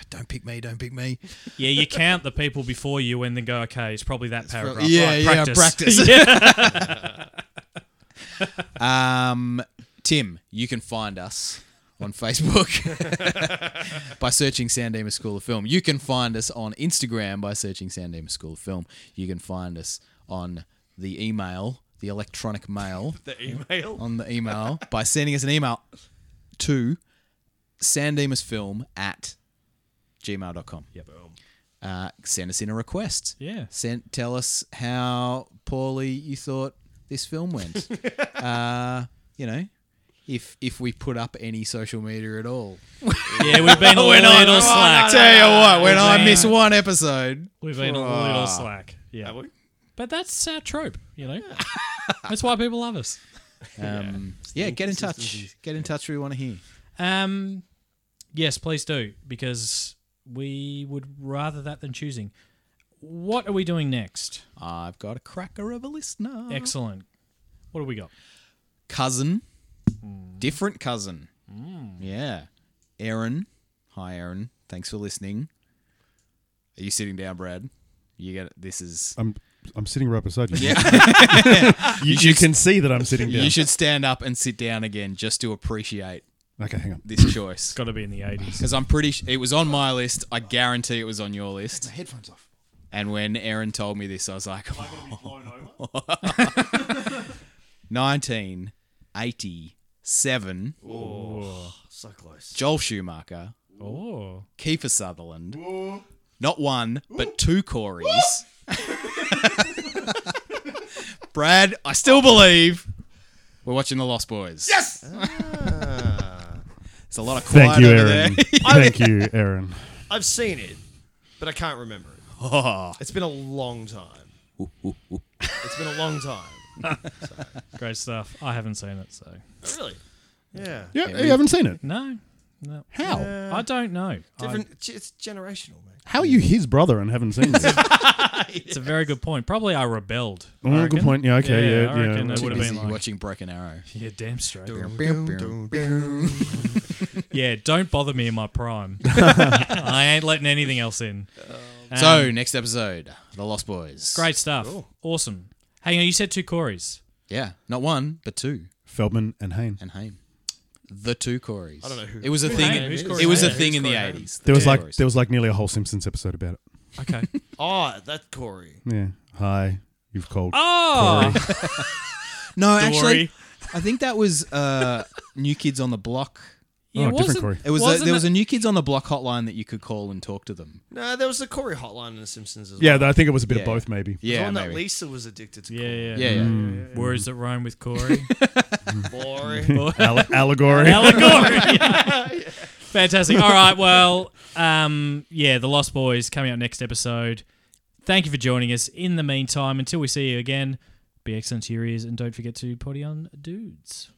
S4: don't pick me, don't pick me.
S1: yeah, you count the people before you and then go, okay, it's probably that paragraph.
S4: probably- yeah,
S1: Right,
S4: yeah,
S1: *laughs*
S4: practice.
S1: Yeah.
S4: Um, Tim, you can find us on Facebook by searching Sandema School of Film. You can find us on Instagram by searching Sandema School of Film. You can find us on the email, the electronic mail,
S3: The email.
S4: on the email *laughs* by sending us an email to sandemusfilm at gmail.com.
S1: Yep.
S4: Uh, send us in a request.
S1: Yeah.
S4: Send, tell us how poorly you thought this
S1: *laughs*
S4: film went. uh, you know, if if we put up any social media at all.
S1: yeah, we've
S4: *laughs*
S1: been a little slack.
S4: tell you what, when I
S1: Yeah.
S4: miss one episode,
S1: We've been a little slack. Yeah.
S3: Have we?
S1: But that's our trope, you know?
S4: *laughs*
S1: that's why people love us.
S4: um, yeah, get in touch. Get in touch. We want to hear.
S1: Um, yes, please do because we would rather that than choosing. What are we doing next?
S4: I've got a cracker of a listener.
S1: Excellent. What do we got?
S4: cousin,
S3: Hmm.
S4: different cousin. Yeah. Aaron. Hi, Aaron. Thanks for listening. Are you sitting down, Brad? You get it. This is.
S2: I'm I'm sitting right beside you.
S4: Yeah.
S2: *laughs* you, you can see that I'm sitting down.
S4: You should stand up and sit down again just to appreciate
S2: okay, hang on.
S4: this choice.
S1: It's got to be in the eighties. *laughs*
S4: Because I'm pretty sh- it was on my list. I guarantee it was on your list.
S3: Headphones off.
S4: And when Aaron told me this, I was like, *laughs* 1987,
S3: So close.
S4: Joel Schumacher,
S1: Oh,
S4: Kiefer Sutherland. Not one, but two Corys. Brad, I still believe we're watching The Lost Boys. Yes! There's a lot of quiet
S2: Thank you,
S4: over
S2: Aaron.
S4: there.
S2: *laughs* Thank you, Aaron.
S3: I've seen it, but I can't remember *laughs* it. It's been a long time. it's been a long time.
S1: great stuff. I haven't seen it, so
S3: Oh, really? Yeah.
S2: Yeah, you haven't seen it.
S1: no, no.
S2: How?
S4: Uh,
S1: I don't know.
S3: Different. it's- it's generational, man.
S2: How are you his brother and haven't seen it?
S1: I- it's a very good point. Probably I rebelled. I
S2: Oh,
S1: reckon.
S2: good point. Yeah, okay, yeah,
S1: I
S2: yeah.
S1: reckon it
S2: Too
S1: would have
S4: Busy
S1: been like,
S4: watching Broken Arrow.
S1: yeah, damn straight.
S4: Brad,
S1: yeah, don't bother me in my prime. I ain't letting anything else in.
S4: Um, So, next episode The Lost Boys.
S1: Great stuff. Awesome. Hang on, you said two Corys.
S4: Yeah, not one, but two.
S2: Feldman and Hain.
S4: And Haim. The two Corys. I don't
S3: know who-
S4: It was a
S1: Haim
S4: thing.
S1: is?
S4: It was a
S1: Who's
S4: thing in the
S3: Corey Haim?
S4: 80s. The
S2: There was
S4: two
S2: like
S4: Corys.
S2: there was like nearly a whole Simpsons episode about it.
S1: Okay.
S3: Oh, that Corey.
S2: Yeah. Hi, you've called.
S1: *laughs* Oh,
S4: No,
S1: Dory.
S4: actually, I think that was uh, New Kids on the Block.
S1: Yeah,
S2: Oh, different
S1: wasn't-
S2: Corey.
S4: It was a,
S1: wasn't
S4: there was a New Kids on the Block hotline that you could call and talk to them.
S3: No, there was the Corey hotline in The Simpsons as well.
S2: Yeah, I think it was a bit
S4: Yeah.
S2: of both, maybe.
S3: The
S4: Yeah,
S3: one that
S4: maybe.
S3: Lisa was addicted to.
S1: Yeah, yeah.
S4: yeah, yeah.
S1: Words that rhyme with Corey.
S3: *laughs* Corey.
S2: Alle- allegory.
S1: Allegory. Fantastic. All right. Well, um, yeah, The Lost Boys coming up next episode. Thank you for joining us. In the meantime, until we see you again, be excellent to your ears and don't forget to potty on dudes.